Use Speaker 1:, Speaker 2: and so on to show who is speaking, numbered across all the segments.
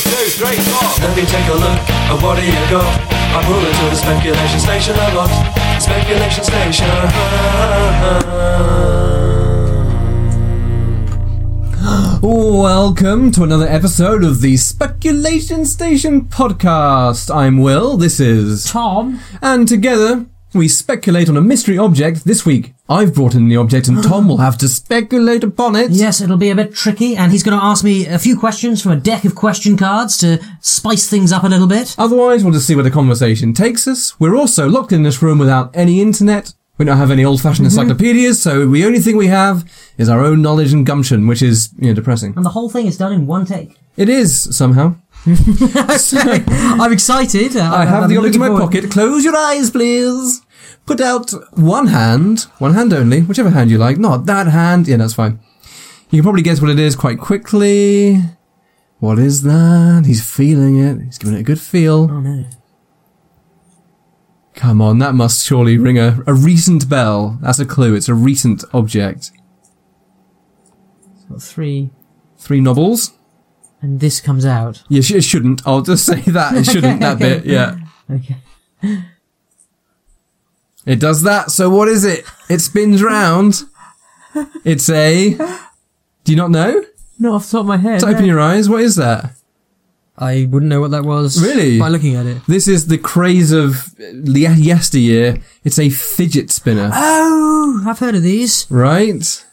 Speaker 1: straight off. Let me take a look at what do you got. I'm moving to the speculation station. I love speculation station.
Speaker 2: Welcome to another episode of the Speculation Station podcast. I'm Will, this is.
Speaker 3: Tom,
Speaker 2: And together, we speculate on a mystery object. This week, I've brought in the object and Tom will have to speculate upon it.
Speaker 3: yes, it'll be a bit tricky, and he's going to ask me a few questions from a deck of question cards to spice things up a little bit.
Speaker 2: Otherwise, we'll just see where the conversation takes us. We're also locked in this room without any internet. We don't have any old-fashioned encyclopedias, so the only thing we have is our own knowledge and gumption, which is, you know, depressing.
Speaker 3: And the whole thing is done in one take.
Speaker 2: It is, somehow. So-
Speaker 3: I'm excited.
Speaker 2: I have the object in my
Speaker 3: forward.
Speaker 2: pocket. Close your eyes, please. Put out one hand, one hand only, whichever hand you like. Not that hand. Yeah, that's fine. You can probably guess what it is quite quickly. What is that? He's feeling it. He's giving it a good feel.
Speaker 3: Oh no.
Speaker 2: Come on, that must surely ring a, a recent bell. That's a clue. It's a recent object.
Speaker 3: Got three,
Speaker 2: Three novels.
Speaker 3: and this comes out.
Speaker 2: Yeah, sh- it shouldn't. I'll just say that. It shouldn't, that bit. Yeah.
Speaker 3: Okay.
Speaker 2: It does that. So what is it? It spins round. It's a. Do you not know?
Speaker 3: Not off the top of my head.
Speaker 2: So open your eyes. What is that?
Speaker 3: I wouldn't know what that was.
Speaker 2: Really?
Speaker 3: By looking at it.
Speaker 2: This is the craze of uh, ye- yesteryear. It's a fidget spinner,
Speaker 3: Oh, I've heard of these.
Speaker 2: right?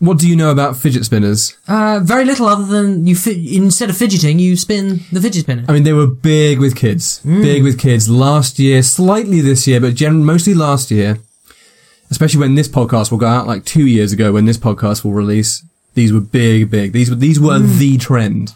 Speaker 2: What do you know about fidget spinners?
Speaker 3: Uh, very little other than you fi- instead of fidgeting, you spin the fidget spinner.
Speaker 2: I mean, they were big with kids. Big with kids last year, slightly this year, but gen- mostly last year. Especially when this podcast will go out, like two years ago, when this podcast will release. These were big, big. These were these were the trend.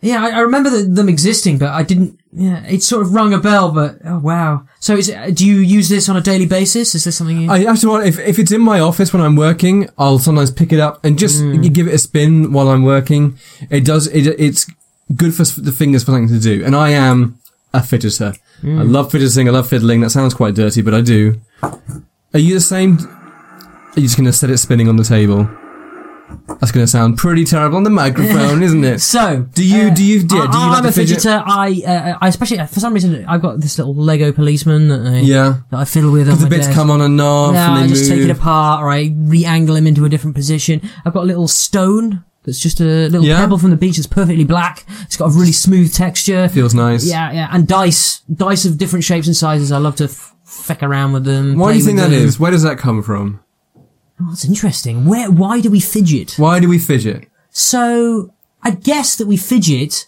Speaker 3: Yeah, I, I remember the, them existing, but I didn't. Yeah, it sort of rung a bell, but oh wow. So, is, it- do you use this on a daily basis? Is this something you?
Speaker 2: I have to. If if it's in my office when I'm working, I'll sometimes pick it up and just
Speaker 3: Hmm.
Speaker 2: you give it a spin while I'm working. It does. It it's good for s- the fingers for something to do. And I am a fidgeter. I
Speaker 3: Hmm.
Speaker 2: love fidgeting. I love fiddling. That sounds quite dirty, but I do. Are you the same? Are you just gonna set it spinning on the table? That's gonna sound pretty terrible on the microphone, isn't it?
Speaker 3: so,
Speaker 2: Do you do you yeah, do you
Speaker 3: I, I'm
Speaker 2: like
Speaker 3: a
Speaker 2: the fidget?
Speaker 3: fidgeter. I, uh, I especially for some reason I've got this little Lego policeman that I,
Speaker 2: Yeah.
Speaker 3: that I fiddle with. On
Speaker 2: The
Speaker 3: my
Speaker 2: bits
Speaker 3: desk.
Speaker 2: come on and off.
Speaker 3: Yeah,
Speaker 2: and they
Speaker 3: I just
Speaker 2: move.
Speaker 3: take it apart, or I re-angle him into a different position. I've got a little stone that's just a little
Speaker 2: Yeah.
Speaker 3: pebble from the beach that's perfectly black. It's got a really smooth texture.
Speaker 2: Feels nice.
Speaker 3: Yeah, yeah, and dice, dice of different shapes and sizes. I love to f- feck around with them.
Speaker 2: Why do
Speaker 3: play
Speaker 2: you think
Speaker 3: with
Speaker 2: that
Speaker 3: them.
Speaker 2: is? Where does that come from?
Speaker 3: Oh, that's interesting. Where? Why do we fidget?
Speaker 2: Why do we fidget?
Speaker 3: So I guess that we fidget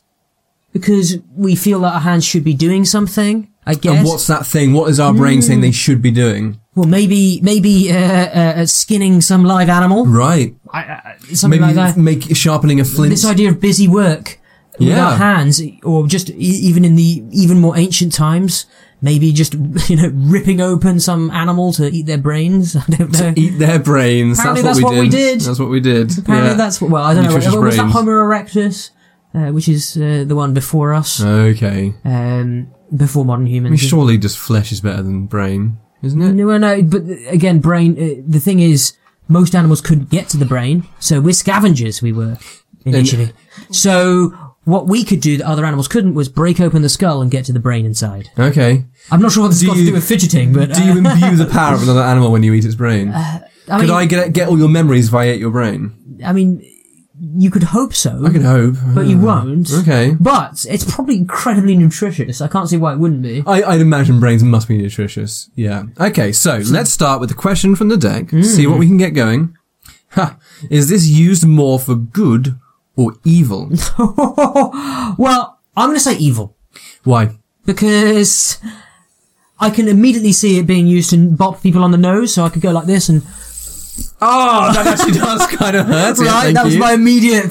Speaker 3: because we feel that our hands should be doing something. I guess.
Speaker 2: And what's that thing? What is our brain saying
Speaker 3: Mm.
Speaker 2: they should be doing?
Speaker 3: well, maybe maybe uh, uh, uh, skinning some live animal,
Speaker 2: Right.
Speaker 3: I, I, something
Speaker 2: Maybe
Speaker 3: like that.
Speaker 2: make sharpening a flint.
Speaker 3: This idea of busy work with
Speaker 2: Yeah.
Speaker 3: our hands, or just e- even in the even more ancient times, maybe just you know ripping open some animal to eat their brains. I don't know.
Speaker 2: Eat their brains.
Speaker 3: Apparently
Speaker 2: that's, what, we, did. That's what we did.
Speaker 3: Apparently
Speaker 2: Yeah.
Speaker 3: that's what. Well, I don't
Speaker 2: Nutritious
Speaker 3: know. Was that
Speaker 2: brains.
Speaker 3: Homo erectus, uh, which is uh, the one before us,
Speaker 2: Okay.
Speaker 3: um, before modern
Speaker 2: I mean,
Speaker 3: humans?
Speaker 2: surely just flesh is better than brain, isn't it?
Speaker 3: No, no, no. But again, brain. Uh, the thing is, most animals couldn't get to the brain, so we're scavengers. We were initially. so what we could do that other animals couldn't was break open the skull and get to the brain inside.
Speaker 2: Okay.
Speaker 3: I'm not sure what this
Speaker 2: Do
Speaker 3: has got
Speaker 2: you-
Speaker 3: to do with fidgeting, but
Speaker 2: Do
Speaker 3: uh,
Speaker 2: you imbue the power of another animal when you eat its brain?
Speaker 3: I,
Speaker 2: Could
Speaker 3: mean,
Speaker 2: I get get all your memories if I ate your brain?
Speaker 3: I mean, you could hope so,
Speaker 2: I could hope.
Speaker 3: but you won't.
Speaker 2: Okay.
Speaker 3: But it's probably incredibly nutritious. I can't see why it wouldn't be.
Speaker 2: I, I'd imagine brains must be nutritious. Yeah. Okay, so let's start with the question from the deck. See what we can get going. Ha! Is this used more for good or evil?
Speaker 3: well, I'm going to say evil
Speaker 2: Why?
Speaker 3: because I can immediately see it being used to bop people on the nose. So I could go like this and
Speaker 2: Oh, that actually does kind of hurt. yeah,
Speaker 3: right.
Speaker 2: thank
Speaker 3: That was
Speaker 2: you.
Speaker 3: my immediate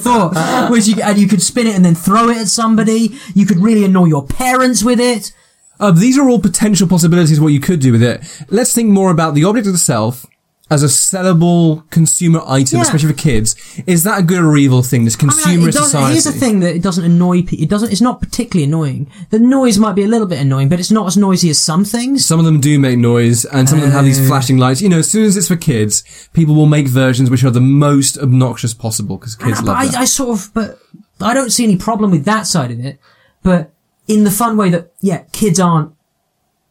Speaker 3: thought. Which you, and you could spin it and then throw it at somebody. You could really annoy your parents with it.
Speaker 2: Uh, these are all potential possibilities what you could do with it. Let's think more about the object itself as a sellable consumer item,
Speaker 3: Yeah.
Speaker 2: especially for kids. Is that a good or evil thing, this
Speaker 3: I mean,
Speaker 2: consumer
Speaker 3: it doesn't-
Speaker 2: society?
Speaker 3: Here's the thing that it doesn't annoy people. It doesn't. It's not particularly annoying. The noise might be a little bit annoying, but it's not as noisy as some things.
Speaker 2: Some of them do make noise, and some of them have
Speaker 3: Oh.
Speaker 2: these flashing lights. You know, as soon as it's for kids, people will make versions which are the most obnoxious possible because kids
Speaker 3: But
Speaker 2: love
Speaker 3: I,
Speaker 2: that.
Speaker 3: I sort of. But I don't see any problem with that side of it, but in the fun way that, yeah, kids aren't,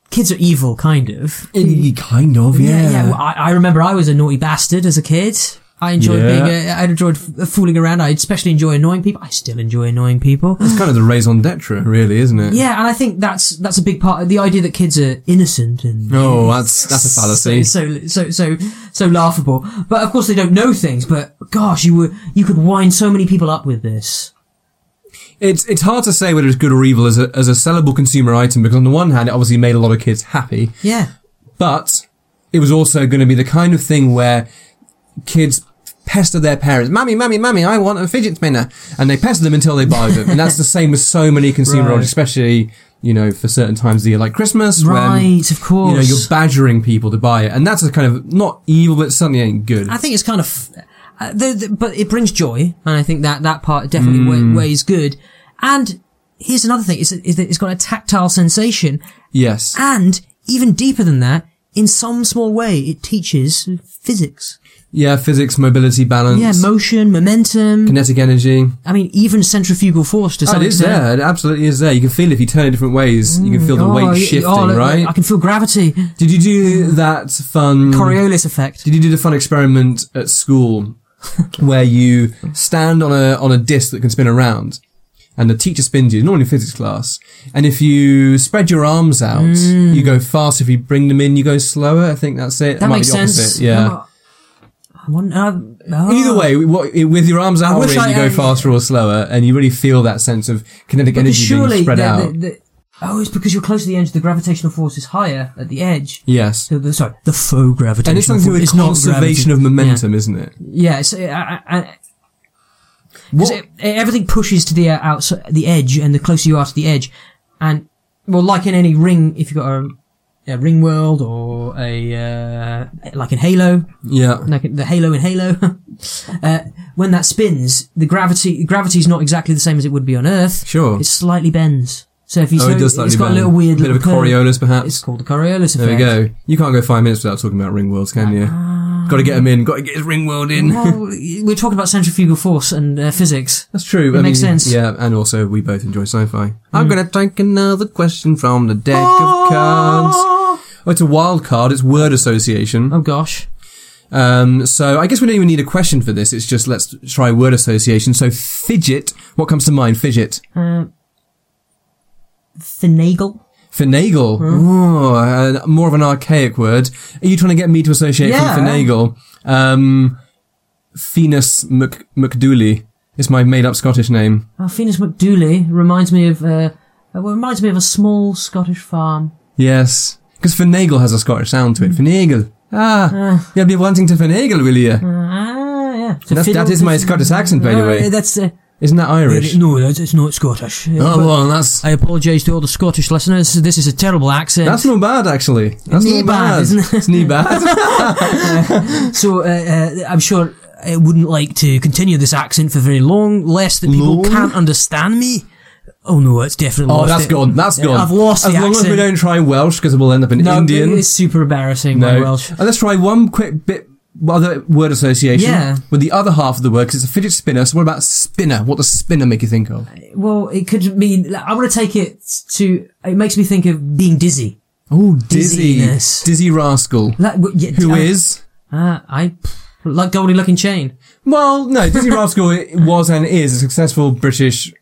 Speaker 3: kids are evil, kind of.
Speaker 2: Y- kind of, yeah.
Speaker 3: yeah. well, I, I remember I was a naughty bastard as a kid. I enjoyed
Speaker 2: Yeah.
Speaker 3: being, a, I enjoyed f- uh, fooling around. I especially enjoy annoying people. I still enjoy annoying people.
Speaker 2: It's kind of the raison d'etre, really, isn't it?
Speaker 3: Yeah, and I think that's that's a big part of the idea that kids are innocent and
Speaker 2: Oh, that's that's a fallacy.
Speaker 3: So so so so laughable. But of course they don't know things. But gosh, you were you could wind so many people up with this.
Speaker 2: It's it's hard to say whether it's good or evil as a as a sellable consumer item because on the one hand, it obviously made a lot of kids happy,
Speaker 3: Yeah,
Speaker 2: but it was also going to be the kind of thing where kids pester their parents, "Mummy, mummy, mummy, I want a fidget spinner," and they pester them until they buy them, and that's the same with so many consumer
Speaker 3: Right.
Speaker 2: products, especially you know for certain times of the year, like Christmas, when
Speaker 3: right. Of course.
Speaker 2: you know you're badgering people to buy it, and that's a kind of not evil, but it certainly ain't good.
Speaker 3: I think it's kind of, uh, the, the, but it brings joy, and I think that that part definitely
Speaker 2: Mm.
Speaker 3: wa- weighs good. And here's another thing: is is that it's got a tactile sensation,
Speaker 2: yes,
Speaker 3: and even deeper than that, in some small way, it teaches physics.
Speaker 2: yeah, physics, mobility, balance,
Speaker 3: Yeah, motion, momentum.
Speaker 2: kinetic energy.
Speaker 3: I mean, even centrifugal force to some
Speaker 2: Oh, it is
Speaker 3: extent.
Speaker 2: there. It absolutely is there. You can feel it if you turn it different ways. you can feel the
Speaker 3: Oh, y-
Speaker 2: weight shifting,
Speaker 3: oh, look, look,
Speaker 2: right? Mm.
Speaker 3: I can feel gravity.
Speaker 2: Did you do that fun?
Speaker 3: Coriolis effect.
Speaker 2: Did you do the fun experiment at school where you stand on a on a disc that can spin around, and the teacher spins you, normally in physics class, and if you spread your arms out, you go fast. If you bring them in, you go slower. I think that's it.
Speaker 3: Mm. That
Speaker 2: it might
Speaker 3: makes
Speaker 2: be the
Speaker 3: sense.
Speaker 2: opposite, Yeah.
Speaker 3: Oh, I wonder, oh.
Speaker 2: Either way, what, with your arms out,
Speaker 3: wish
Speaker 2: really,
Speaker 3: I- um,
Speaker 2: you go
Speaker 3: I-
Speaker 2: faster or slower, and you really feel that sense of kinetic
Speaker 3: Because
Speaker 2: energy being spread
Speaker 3: the- the-
Speaker 2: out.
Speaker 3: the- oh, it's because you're close to the edge. The gravitational force is higher at the edge.
Speaker 2: yes.
Speaker 3: So the, sorry, the faux gravitational
Speaker 2: And it's something to do
Speaker 3: force.
Speaker 2: with
Speaker 3: not
Speaker 2: conservation
Speaker 3: gravity.
Speaker 2: of momentum, isn't it?
Speaker 3: Yeah, yeah it's, uh, I, I, I- 'cause
Speaker 2: What?
Speaker 3: it, everything pushes to the uh, outside, the edge, and the closer you are to the edge, and well, like in any ring, if you've got a, a ring world or a uh, like in Halo,
Speaker 2: yeah.
Speaker 3: like the Halo in Halo, uh, when that spins, the gravity gravity's not exactly the same as it would be on Earth.
Speaker 2: Sure.
Speaker 3: it slightly bends. So if you
Speaker 2: Oh,
Speaker 3: slow,
Speaker 2: it does slightly
Speaker 3: it's got
Speaker 2: bend.
Speaker 3: a little weird
Speaker 2: bit of a
Speaker 3: little curve.
Speaker 2: Coriolis,
Speaker 3: It's
Speaker 2: perhaps.
Speaker 3: called the Coriolis effect.
Speaker 2: There we go. You can't go five minutes without talking about ring worlds, can you?
Speaker 3: Ah.
Speaker 2: Got to get him in. Got to get his ring world in.
Speaker 3: Well, we're talking about centrifugal force and uh, physics.
Speaker 2: That's true.
Speaker 3: It makes sense. Hmm.
Speaker 2: Yeah, and also we both enjoy sci-fi. I'm gonna take another question from the deck
Speaker 3: Ah.
Speaker 2: of cards. Oh, it's a wild card. It's word association.
Speaker 3: Oh gosh.
Speaker 2: Um, so I guess we don't even need a question for this. It's just let's try word association. So fidget. What comes to mind? Fidget.
Speaker 3: Uh, finagle.
Speaker 2: Finagle.
Speaker 3: Hmm?
Speaker 2: Ooh, uh, more of an archaic word. Are you trying to get me to associate
Speaker 3: Yeah.
Speaker 2: with finagle? Um, Phoenix Mc- McDooley is my made-up Scottish name.
Speaker 3: Oh, Phoenix McDooley reminds me of uh, uh, well, reminds me of a small Scottish farm.
Speaker 2: Yes, because finagle has a Scottish sound to it.
Speaker 3: Hmm.
Speaker 2: Finagle. Ah, you'll be wanting to finagle, will you?
Speaker 3: Ah, yeah. So
Speaker 2: That's-
Speaker 3: fiddle-
Speaker 2: that is my Scottish accent, by the
Speaker 3: No,
Speaker 2: way.
Speaker 3: That's uh,
Speaker 2: Isn't that Irish?
Speaker 3: no, that's, it's not Scottish.
Speaker 2: Oh well, that's
Speaker 3: I apologise to all the Scottish listeners. This is a terrible accent.
Speaker 2: that's not bad actually. That's
Speaker 3: Knee
Speaker 2: not
Speaker 3: bad,
Speaker 2: bad.
Speaker 3: isn't it?
Speaker 2: It's knee bad.
Speaker 3: so uh, uh, I'm sure I wouldn't like to continue this accent for very long, lest that people
Speaker 2: Long?
Speaker 3: can't understand me. Oh no, it's definitely.
Speaker 2: oh,
Speaker 3: lost
Speaker 2: that's
Speaker 3: it.
Speaker 2: gone. That's
Speaker 3: Yeah,
Speaker 2: gone.
Speaker 3: I've lost
Speaker 2: As
Speaker 3: the
Speaker 2: long as we
Speaker 3: accent.
Speaker 2: don't try Welsh, because we'll end up in
Speaker 3: No,
Speaker 2: Indian.
Speaker 3: It's super embarrassing.
Speaker 2: No.
Speaker 3: My Welsh.
Speaker 2: And let's try one quick bit other word association
Speaker 3: Yeah.
Speaker 2: with the other half of the word because it's a fidget spinner. So what about spinner? What does spinner make you think
Speaker 3: Uh,
Speaker 2: of?
Speaker 3: Well, it could mean. I want to take it to. It makes me think of being dizzy.
Speaker 2: Oh, dizzy,
Speaker 3: Dizziness.
Speaker 2: dizzy rascal.
Speaker 3: Like, w- yeah,
Speaker 2: Who
Speaker 3: I,
Speaker 2: is?
Speaker 3: Ah, I like Goldie looking chain.
Speaker 2: Well, no, Dizzy Rascal i- was and is a successful British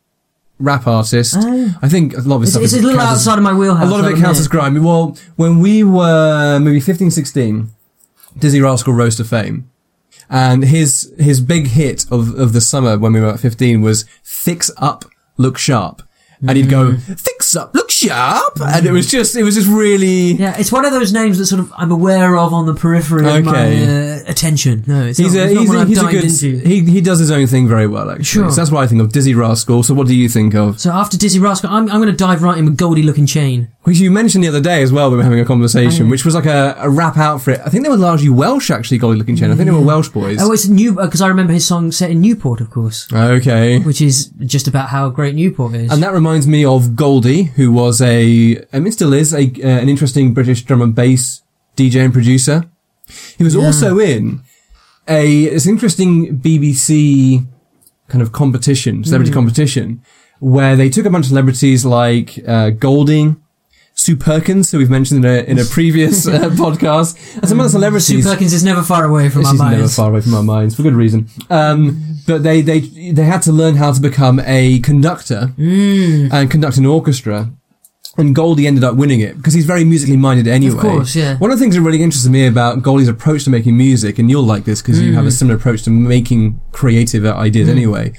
Speaker 2: rap artist.
Speaker 3: Oh.
Speaker 2: I think a lot of his
Speaker 3: It's,
Speaker 2: stuff
Speaker 3: it's
Speaker 2: is
Speaker 3: a little
Speaker 2: counts as-
Speaker 3: outside of my wheelhouse.
Speaker 2: A lot of it counts as grimy. Well, when we were maybe 15, 16, Dizzy Rascal rose to fame. And his his big hit of, of the summer when we were about 15 was Fix Up, Look Sharp. And he'd go,
Speaker 3: Mm.
Speaker 2: Fix Up, Look Sharp. And it was just, it was just really.
Speaker 3: Yeah, it's one of those names that sort of I'm aware of on the periphery of my
Speaker 2: Okay.
Speaker 3: uh, attention. No, it's
Speaker 2: He's
Speaker 3: not,
Speaker 2: a,
Speaker 3: it's not
Speaker 2: he's,
Speaker 3: one
Speaker 2: a,
Speaker 3: I've
Speaker 2: he's a
Speaker 3: dived
Speaker 2: good.
Speaker 3: into.
Speaker 2: He, he does his own thing very well, actually.
Speaker 3: Sure.
Speaker 2: So that's what I think of Dizzy Rascal. So what do you think of?
Speaker 3: So after Dizzy Rascal, I'm, I'm going to dive right in with Goldie looking chain.
Speaker 2: Which you mentioned the other day as well, we were having a conversation, which was like a, a rap outfit. I think they were largely Welsh, actually, Golly Looking Chain. I think they were Welsh boys.
Speaker 3: Oh, it's new because I remember his song set in Newport, of course,
Speaker 2: okay.
Speaker 3: which is just about how great Newport is.
Speaker 2: And that reminds me of Goldie, who was a, I mean, still is, a, uh, an interesting British drum and bass DJ and producer. He was also in a, this interesting BBC kind of competition, celebrity competition, where they took a bunch of celebrities like uh, Golding, Sue Perkins, who we've mentioned in a, in a previous uh, podcast, and some other
Speaker 3: Sue
Speaker 2: celebrities.
Speaker 3: Perkins is never far away from our
Speaker 2: She's never
Speaker 3: minds.
Speaker 2: far away from our minds for good reason. Um, but they, they they had to learn how to become a conductor
Speaker 3: Mm.
Speaker 2: and conduct an orchestra. And Goldie ended up winning it because he's very musically minded anyway.
Speaker 3: course, yeah.
Speaker 2: One of the things that really interested me about Goldie's approach to making music, and you'll like this because
Speaker 3: Mm.
Speaker 2: you have a similar approach to making creative ideas anyway,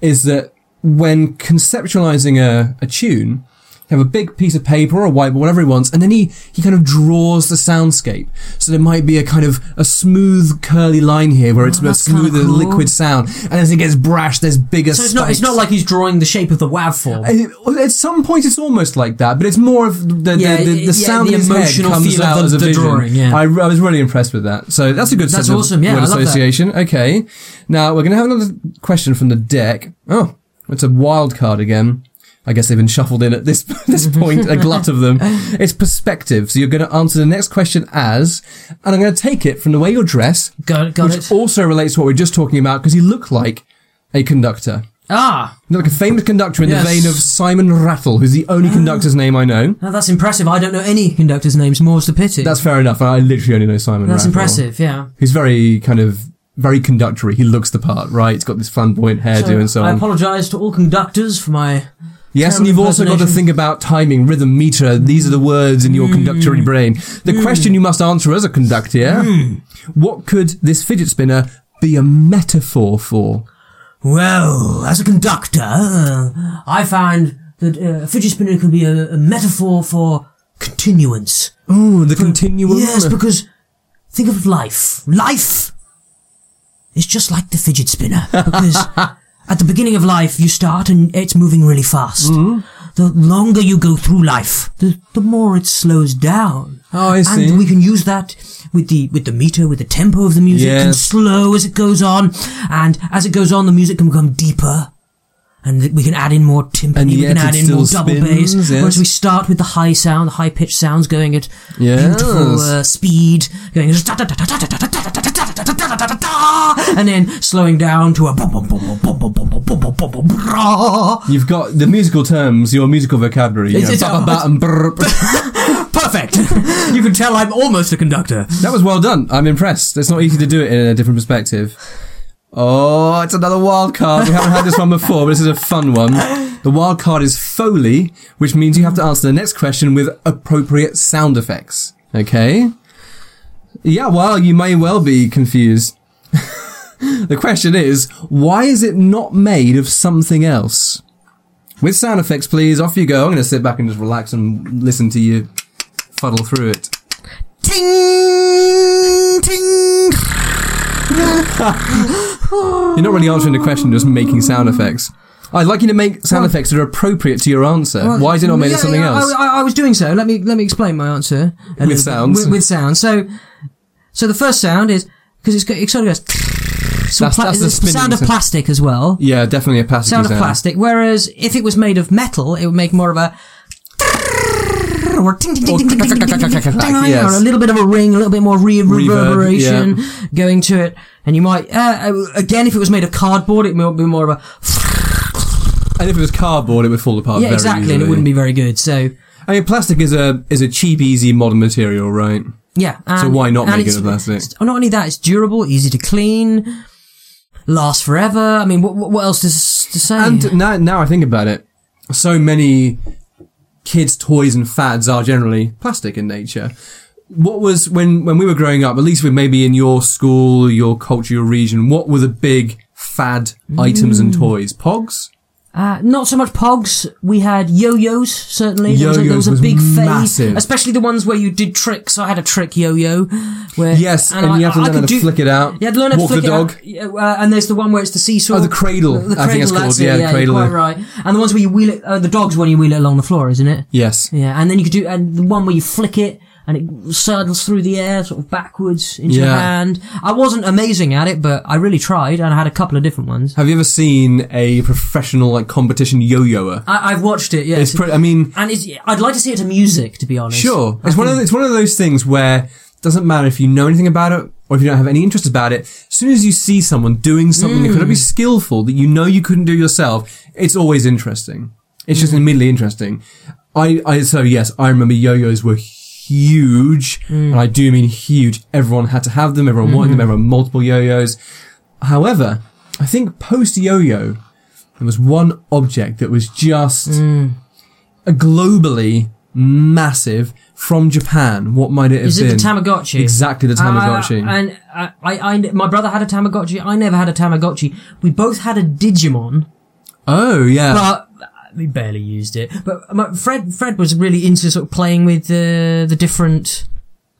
Speaker 2: is that when conceptualizing a, a tune, you have a big piece of paper or a whiteboard, whatever he wants, and then he, he kind of draws the soundscape. So there might be a kind of a smooth curly line here where it's a
Speaker 3: Oh, that's kinda
Speaker 2: smoother
Speaker 3: cool.
Speaker 2: liquid sound. And as it gets brash, there's bigger
Speaker 3: So it's not, it's
Speaker 2: spikes.
Speaker 3: not like he's drawing the shape of the WAV form.
Speaker 2: Uh, At some point, it's almost like that, but it's more of the the,
Speaker 3: Yeah,
Speaker 2: the,
Speaker 3: it-
Speaker 2: the,
Speaker 3: yeah,
Speaker 2: sound
Speaker 3: the
Speaker 2: in his head
Speaker 3: emotional
Speaker 2: comes
Speaker 3: feel of
Speaker 2: out
Speaker 3: the-
Speaker 2: as a
Speaker 3: the
Speaker 2: vision.
Speaker 3: drawing, yeah.
Speaker 2: I, re- I was really impressed with that. So that's a good.
Speaker 3: That's
Speaker 2: sense of
Speaker 3: awesome, yeah,
Speaker 2: word
Speaker 3: I love that.
Speaker 2: association. Okay, now we're gonna have another question from the deck. Oh, it's a wild card again. I guess they've been shuffled in at this this point. A glut of them. It's perspective. So you're going to answer the next question as, and I'm going to take it from the way you're dressed,
Speaker 3: got got
Speaker 2: which
Speaker 3: it.
Speaker 2: also relates to what we were just talking about because you look like a conductor.
Speaker 3: Ah,
Speaker 2: Not like a famous conductor in
Speaker 3: Yes. Oh.
Speaker 2: the vein of Simon Rattle, who's the only conductor's name I know.
Speaker 3: now that's impressive. I don't know any conductor's names. More's the pity.
Speaker 2: That's fair enough. I literally only know Simon
Speaker 3: that's
Speaker 2: Rattle.
Speaker 3: impressive. Yeah.
Speaker 2: He's very kind of very conductory. He looks the part, right? He's got this flamboyant hairdo
Speaker 3: So
Speaker 2: and so
Speaker 3: I
Speaker 2: on.
Speaker 3: apologise to all conductors for my.
Speaker 2: Yes, and
Speaker 3: terrible
Speaker 2: you've also got to
Speaker 3: impersonation. Hmm.
Speaker 2: think about timing, rhythm, meter. These are the words in your conductory brain. The question you must answer as a conductor:
Speaker 3: Hmm.
Speaker 2: What could this fidget spinner be a metaphor for?
Speaker 3: Well, as a conductor, uh, I found that uh, a fidget spinner can be a, a metaphor for continuance.
Speaker 2: Oh, the continuum.
Speaker 3: Yes, because think of life. Life is just like the fidget spinner. Because at the beginning of life, you start and it's moving really fast.
Speaker 2: Mm-hmm.
Speaker 3: The longer you go through life, the, the more it slows down.
Speaker 2: Oh, I see.
Speaker 3: And we can use that with the with the meter, with the tempo of the music. It can
Speaker 2: Yes.
Speaker 3: slow as it goes on, and as it goes on, the music can become deeper. And th- we can add in more
Speaker 2: And
Speaker 3: timpani, we
Speaker 2: yet
Speaker 3: can add
Speaker 2: it
Speaker 3: in more
Speaker 2: still
Speaker 3: double bass.
Speaker 2: spins, yes.
Speaker 3: Whereas we start with the high sound, the high pitched sounds going at beautiful
Speaker 2: Yes.
Speaker 3: uh, speed, going and then slowing down to a
Speaker 2: You've got the musical terms, your musical vocabulary. You
Speaker 3: It's-
Speaker 2: know,
Speaker 3: it's-
Speaker 2: ba- ba- ba- and brr- brr.
Speaker 3: perfect. you can tell I'm almost a conductor.
Speaker 2: That was well done. I'm impressed. It's not easy to do it in a different perspective. Oh, it's another wild card. We haven't had this one before, but this is a fun one. The wild card is Foley, which means you have to answer the next question with appropriate sound effects. Okay? Yeah, well, you may well be confused. the question is, why is it not made of something else? With sound effects, please. Off you go. I'm going to sit back and just relax and listen to you fuddle through it.
Speaker 3: Ting ting.
Speaker 2: You're not really answering the question, just making sound effects. I'd like you to make sound effects that are appropriate to your answer. Why is it not made
Speaker 3: Yeah,
Speaker 2: of something
Speaker 3: yeah,
Speaker 2: else?
Speaker 3: I, I, I was doing so. Let me let me explain my answer a little bit.
Speaker 2: sounds.
Speaker 3: With, with sounds. So, so the first sound is because it's got- it sort of goes. So
Speaker 2: That's-
Speaker 3: pla-
Speaker 2: that's the
Speaker 3: it's
Speaker 2: spinning
Speaker 3: sound of
Speaker 2: sound.
Speaker 3: plastic as well.
Speaker 2: yeah, definitely a plastic
Speaker 3: sound of
Speaker 2: sound.
Speaker 3: plastic. Whereas if it was made of metal, it would make more of a or ting ting ting ting ting ting ting ting ting ting, or
Speaker 2: Yes.
Speaker 3: a little bit of a ring, a little bit more re- reverberation
Speaker 2: yeah.
Speaker 3: going to it. And you might uh, uh, again if it was made of cardboard, it would be more of a
Speaker 2: And if it was cardboard, it would fall apart.
Speaker 3: yeah
Speaker 2: very
Speaker 3: exactly,
Speaker 2: easily.
Speaker 3: and it wouldn't be very good. So
Speaker 2: I mean, plastic is a is a cheap, easy modern material, right?
Speaker 3: yeah. And,
Speaker 2: why not
Speaker 3: and
Speaker 2: make it
Speaker 3: it's-
Speaker 2: of plastic?
Speaker 3: it's- Not only that, it's durable, easy to clean, lasts forever. I mean, what what what else does to say?
Speaker 2: And now, now I think about it, so many kids' toys and fads are generally plastic in nature. What was when when we were growing up? At least with maybe in your school, your culture, your region. What were the big fad items
Speaker 3: Mm.
Speaker 2: and toys? Pogs.
Speaker 3: Uh, not so much pogs. We had yo-yos, certainly. There was a, there
Speaker 2: Yo-yos
Speaker 3: was a
Speaker 2: was
Speaker 3: big phase,
Speaker 2: massive.
Speaker 3: especially the ones where you did tricks. I had a trick yo-yo. Where,
Speaker 2: Yes, and, you have to learn how to flick it out.
Speaker 3: You had to learn how to
Speaker 2: walk
Speaker 3: flick
Speaker 2: the
Speaker 3: it
Speaker 2: dog.
Speaker 3: out. Yeah, Uh, and there's the one where it's the seesaw.
Speaker 2: Oh, the cradle,
Speaker 3: The, the
Speaker 2: I think
Speaker 3: cradle,
Speaker 2: it's
Speaker 3: that's
Speaker 2: called.
Speaker 3: it,
Speaker 2: Yeah,
Speaker 3: yeah,
Speaker 2: cradle.
Speaker 3: You're quite right. And the ones where you wheel it, uh, the dogs when you wheel it along the floor, isn't it?
Speaker 2: Yes.
Speaker 3: Yeah, and then you could do, and the one where you flick it and it saddles through the air, sort of backwards into your
Speaker 2: Yeah.
Speaker 3: hand. I wasn't amazing at it, but I really tried, and I had a couple of different ones.
Speaker 2: Have you ever seen a professional like competition yo-yoer?
Speaker 3: I, I've watched it. Yeah,
Speaker 2: It's pretty. I mean,
Speaker 3: And it's, I'd like to see it to music, to be honest.
Speaker 2: Sure,
Speaker 3: I
Speaker 2: it's one of
Speaker 3: think-
Speaker 2: the, it's one of those things where it doesn't matter if you know anything about it or if you don't have any interest about it, as soon as you see someone doing something
Speaker 3: Mm.
Speaker 2: incredibly skillful that you know you couldn't do yourself, it's always interesting. It's
Speaker 3: Mm.
Speaker 2: just immediately interesting. I, I, so yes, I remember yo-yos were huge,
Speaker 3: Mm.
Speaker 2: and I do mean huge. Everyone had to have them, everyone wanted them,
Speaker 3: Mm-hmm.
Speaker 2: everyone had multiple yo-yos. However, I think post yo-yo, there was one object that was just
Speaker 3: Mm.
Speaker 2: a globally massive from Japan. What might it have
Speaker 3: Is
Speaker 2: been?
Speaker 3: it the Tamagotchi?
Speaker 2: Exactly the Tamagotchi.
Speaker 3: Uh, and I, I, I, my brother had a Tamagotchi. I never had a Tamagotchi. We both had a Digimon,
Speaker 2: oh yeah.
Speaker 3: but uh, we barely used it. But my, Fred, Fred was really into sort of playing with the the different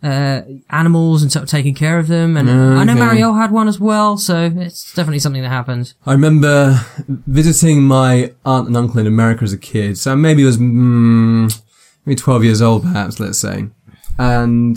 Speaker 3: uh, animals and sort of taking care of them. And I know
Speaker 2: Okay.
Speaker 3: Mario had one as well, so it's definitely something that happens.
Speaker 2: I remember visiting my aunt and uncle in America as a kid. So maybe I was mm, maybe 12 years old, perhaps, let's say. And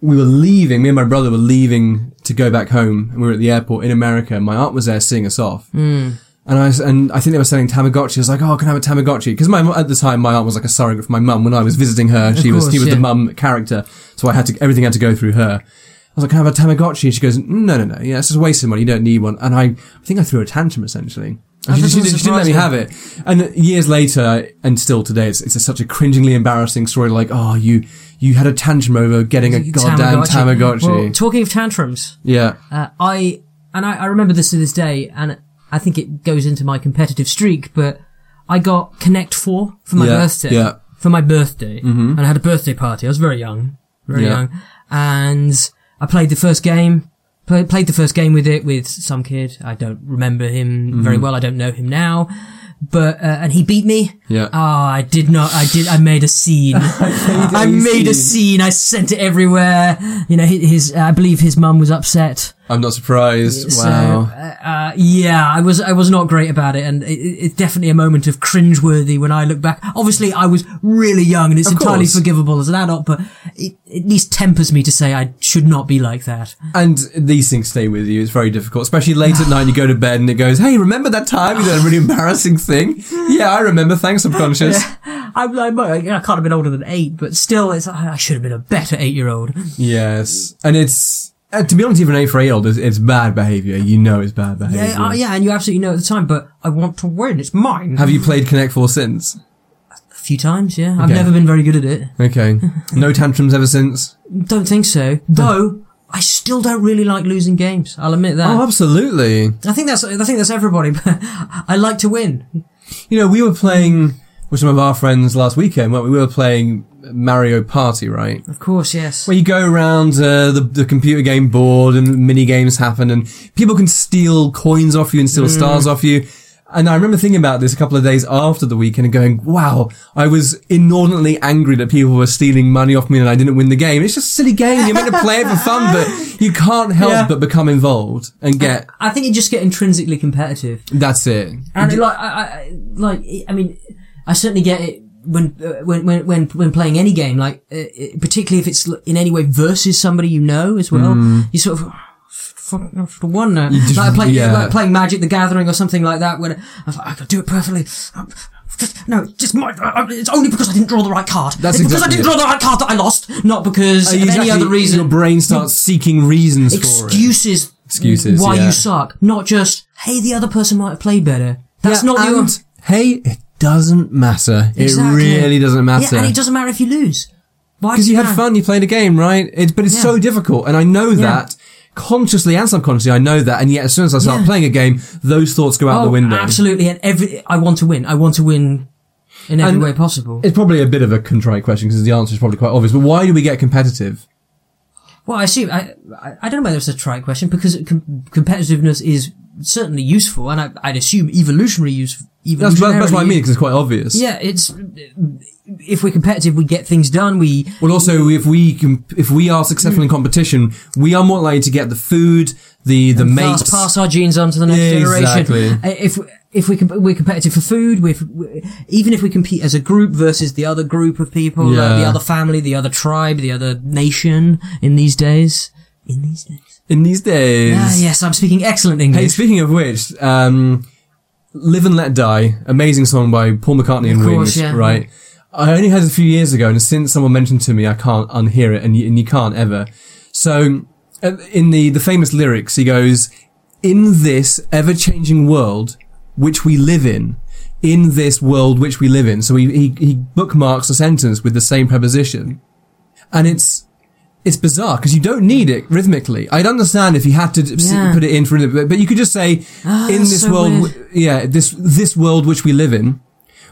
Speaker 2: we were leaving, me and my brother were leaving to go back home. And we were at the airport in America. My aunt was there seeing us off.
Speaker 3: Hmm.
Speaker 2: And I, s- and I think they were selling Tamagotchi. I was like, oh, can I have a Tamagotchi? Because my at the time, my aunt was like a surrogate for my mum. When I was visiting her, she was
Speaker 3: course,
Speaker 2: she was
Speaker 3: yeah.
Speaker 2: the mum character, so I had to everything had to go through her. I was like, can I have a Tamagotchi? And she goes, no, no, no, yeah, it's just wasted money. You don't need one. And I, I think I threw a tantrum essentially. And she,
Speaker 3: that
Speaker 2: she,
Speaker 3: doesn't
Speaker 2: she didn't let me
Speaker 3: surprise
Speaker 2: have it. And years later, and still today, it's it's such a cringingly embarrassing story. Like, oh, you you had a tantrum over getting a goddamn Tamagotchi.
Speaker 3: Well, talking of tantrums,
Speaker 2: yeah.
Speaker 3: Uh, I and I, I remember this to this day, and I think it goes into my competitive streak. But I got Connect Four for my
Speaker 2: Yeah,
Speaker 3: birthday.
Speaker 2: yeah.
Speaker 3: For my birthday, and I had a birthday party. I was very young, very
Speaker 2: Yeah.
Speaker 3: young, and I played the first game. Play, played the first game with it with some kid. I don't remember him very well. I don't know him now, but uh, and he beat me.
Speaker 2: Yeah.
Speaker 3: Oh, I did not. I did. I made a scene. I made a scene. I sent it everywhere. You know, his. his I believe his mum was upset.
Speaker 2: I'm not surprised. wow.
Speaker 3: So, uh, uh, yeah, I was I was not great about it, and it, it- it's definitely a moment of cringeworthy when I look back. Obviously, I was really young, and it's
Speaker 2: Of
Speaker 3: entirely
Speaker 2: course.
Speaker 3: forgivable as an adult, but it at least tempers me to say I should not be like that.
Speaker 2: And these things stay with you. It's very difficult, especially late at night. You go to bed and it goes, "Hey, remember that time you did a really embarrassing thing?" Yeah, I remember. Thanks, subconscious.
Speaker 3: I'm, I'm I can't have been older than eight, but still, it's I should have been a better eight-year-old.
Speaker 2: Yes, and it's uh, to be honest, even eight for eight old, it's, it's bad behavior. You know, it's bad behavior.
Speaker 3: Yeah, uh, yeah, and you absolutely know at the time, but I want to win. It's mine.
Speaker 2: Have you played Connect Four since?
Speaker 3: a few times, yeah. I've
Speaker 2: Okay.
Speaker 3: never been very good at it.
Speaker 2: Okay, no tantrums ever since.
Speaker 3: Don't think so. Though I still don't really like losing games. I'll admit that.
Speaker 2: Oh, absolutely.
Speaker 3: I think that's I think that's everybody. But I like to win.
Speaker 2: You know, we were playing with some of our friends last weekend. Weren't we? we were playing Mario Party, right?
Speaker 3: Of course, yes.
Speaker 2: Where you go around uh, the, the computer game board and mini games happen and people can steal coins off you and steal
Speaker 3: Mm.
Speaker 2: stars off you. And I remember thinking about this a couple of days after the weekend and going, wow, I was inordinately angry that people were stealing money off me and I didn't win the game. It's just a silly game. You're meant to play it for fun, but you can't help
Speaker 3: Yeah.
Speaker 2: but become involved and get,
Speaker 3: I think you just get intrinsically competitive,
Speaker 2: that's it.
Speaker 3: and it, like I, I like I mean, I certainly get it when uh, when when when, when playing any game, like uh, uh, particularly if it's in any way versus somebody you know as well. You sort of. "Oh, Fuck, I've won now.
Speaker 2: Mm. just-
Speaker 3: uh, like, I play,
Speaker 2: yeah.
Speaker 3: like playing Magic the Gathering or something like that. When I was like, I could do it perfectly. No, it's just my. It's only because I didn't draw the right card.
Speaker 2: That's
Speaker 3: it's because I
Speaker 2: exactly
Speaker 3: didn't
Speaker 2: it. Uh,
Speaker 3: draw the right card that I lost, not because of any
Speaker 2: Exactly,
Speaker 3: other reason.
Speaker 2: Your brain starts seeking reasons for it.
Speaker 3: excuses,
Speaker 2: Excuses,
Speaker 3: why
Speaker 2: yeah.
Speaker 3: you suck, not just hey the other person might have played better. That's
Speaker 2: Yeah,
Speaker 3: not your
Speaker 2: and, Hey, it doesn't matter.
Speaker 3: Exactly.
Speaker 2: It really doesn't matter.
Speaker 3: Yeah, and it doesn't matter if you lose. Why?
Speaker 2: because
Speaker 3: do
Speaker 2: you had
Speaker 3: matter?
Speaker 2: fun, you played a game, right? It's but it's
Speaker 3: Yeah.
Speaker 2: so difficult, and I know that consciously and subconsciously, I know that, and yet as soon as I start
Speaker 3: Yeah.
Speaker 2: playing a game, those thoughts go out
Speaker 3: Oh,
Speaker 2: the window.
Speaker 3: Absolutely, and every I want to win. I want to win in every
Speaker 2: And-
Speaker 3: way possible.
Speaker 2: It's probably a bit of a contrite question because the answer is probably quite obvious. But why do we get competitive?
Speaker 3: Well, I assume I I- I don't know whether it's a trite question because com- competitiveness is certainly useful, and I, I'd assume evolutionary use.
Speaker 2: That's, that's, that's what I
Speaker 3: evolutionarily-
Speaker 2: mean because it's quite obvious.
Speaker 3: Yeah, it's if we're competitive, we get things done. We
Speaker 2: Well, also if we com- if we are successful
Speaker 3: Mm.
Speaker 2: in competition, we are more likely to get the food, the the mates.
Speaker 3: pass, pass our genes on to the next
Speaker 2: Yeah,
Speaker 3: generation.
Speaker 2: exactly.
Speaker 3: Uh, If if we comp- we're competitive for food, we're, we even if we compete as a group versus the other group of people, uh, the
Speaker 2: Yeah.
Speaker 3: other family, the other tribe, the other nation in these days. In these days.
Speaker 2: in these days.
Speaker 3: Ah, yes, I'm speaking excellent
Speaker 2: Hey,
Speaker 3: English.
Speaker 2: speaking of which, um, "Live and Let Die," amazing song by Paul McCartney and
Speaker 3: Of
Speaker 2: Wings,
Speaker 3: course, yeah.
Speaker 2: right? I only heard it a few years ago, and since someone mentioned to me, I can't unhear it, and you, and you can't ever. So uh, in the the famous lyrics, he goes, "In this ever-changing world which we live in, in this world which we live in." So he he, he bookmarks a sentence with the same preposition, and it's. It's bizarre because you don't need it rhythmically. I'd understand if you had to d- s-
Speaker 3: Yeah.
Speaker 2: put it in for rhythm, but- but you could just say, "In
Speaker 3: that's
Speaker 2: this
Speaker 3: so
Speaker 2: world,
Speaker 3: weird.
Speaker 2: w- yeah, this this world which we live in,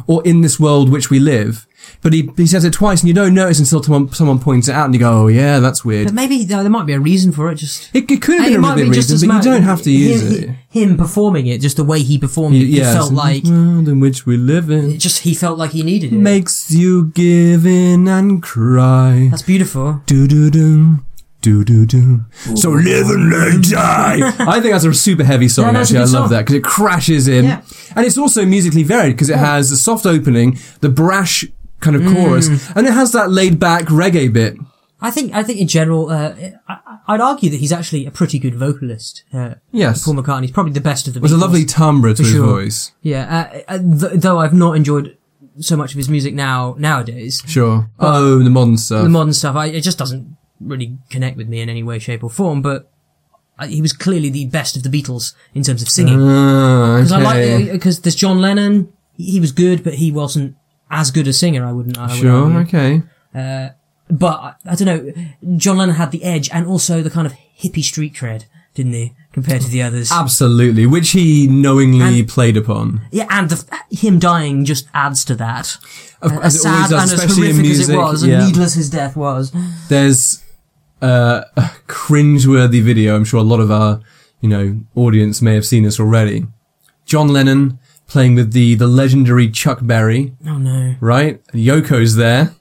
Speaker 2: or in this world which we live." But he he says it twice, and you don't notice until someone someone points it out, and you go, "Oh yeah, that's weird."
Speaker 3: But maybe no, there might be a reason for it. Just
Speaker 2: It, it could have
Speaker 3: And
Speaker 2: been
Speaker 3: it
Speaker 2: a
Speaker 3: might
Speaker 2: rhythmic
Speaker 3: be just as
Speaker 2: reason, but you
Speaker 3: much-
Speaker 2: don't have to
Speaker 3: him-
Speaker 2: use
Speaker 3: he-
Speaker 2: it.
Speaker 3: Him performing it, just the way he performed
Speaker 2: Y-
Speaker 3: it, he
Speaker 2: yes,
Speaker 3: felt like
Speaker 2: the world in which we live
Speaker 3: it
Speaker 2: in
Speaker 3: just he felt like he needed it.
Speaker 2: makes you give in and cry.
Speaker 3: That's beautiful.
Speaker 2: Do do do. Do do do. So live and let die. I think that's a super heavy song.
Speaker 3: Yeah, that's a
Speaker 2: actually, I
Speaker 3: good
Speaker 2: love
Speaker 3: song.
Speaker 2: that because it crashes in,
Speaker 3: Yeah.
Speaker 2: and it's also musically varied because it has a soft opening, the brash kind of chorus,
Speaker 3: Mm.
Speaker 2: and it has that laid back reggae bit.
Speaker 3: I think I think in general, uh, I, I'd argue that he's actually a pretty good vocalist. Uh,
Speaker 2: Yes,
Speaker 3: Paul McCartney's probably the best of the.
Speaker 2: there's a
Speaker 3: Beatles.
Speaker 2: lovely timbre to
Speaker 3: For
Speaker 2: his
Speaker 3: sure.
Speaker 2: voice.
Speaker 3: Yeah, uh, uh, th- though I've not enjoyed so much of his music now nowadays.
Speaker 2: Sure. oh, the modern stuff.
Speaker 3: The modern stuff, I, it just doesn't really connect with me in any way, shape, or form. But I, he was clearly the best of the Beatles in terms of singing.
Speaker 2: Ah,
Speaker 3: Because I
Speaker 2: okay.
Speaker 3: like because there's John Lennon. He he was good, but he wasn't as good a singer. I wouldn't. I would
Speaker 2: Sure.
Speaker 3: argue.
Speaker 2: Okay.
Speaker 3: But I, I don't know. John Lennon had the edge and also the kind of hippie street cred, didn't he? Compared to the others.
Speaker 2: Absolutely, which he knowingly
Speaker 3: And-
Speaker 2: played upon.
Speaker 3: yeah, and the, him dying just adds to that.
Speaker 2: Of,
Speaker 3: as sad and as horrific as it was, and needless his death was.
Speaker 2: There's uh, a cringeworthy video. I'm sure a lot of our, you know, audience may have seen this already. John Lennon playing with the the legendary Chuck Berry,
Speaker 3: Oh no.
Speaker 2: right? And Yoko's there,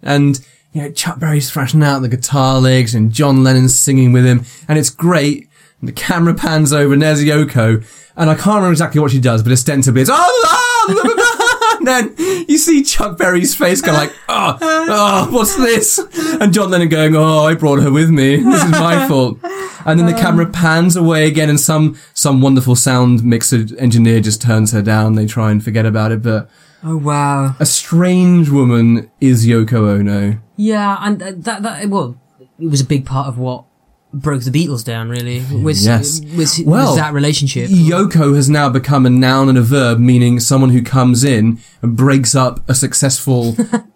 Speaker 2: and you know Chuck Berry's thrashing out the guitar legs, and John Lennon's singing with him, and it's great. And the camera pans over, and there's Yoko, and I can't remember exactly what she does, but ostensibly it's oh, ah, blah, blah, blah." and then you see Chuck Berry's face go like, oh, oh, what's this? And John Lennon going, oh, I brought her with me. This is my fault. And then the camera pans away again, and some some wonderful sound mixer engineer just turns her down. They try and forget about it, but
Speaker 3: Oh wow.
Speaker 2: a strange woman is Yoko Ono.
Speaker 3: Yeah, and uh, that that well, it was a big part of what broke the Beatles down. Really, was
Speaker 2: Yes.
Speaker 3: was,
Speaker 2: Well,
Speaker 3: was that relationship.
Speaker 2: Yoko has now become a noun and a verb, meaning someone who comes in and breaks up a successful.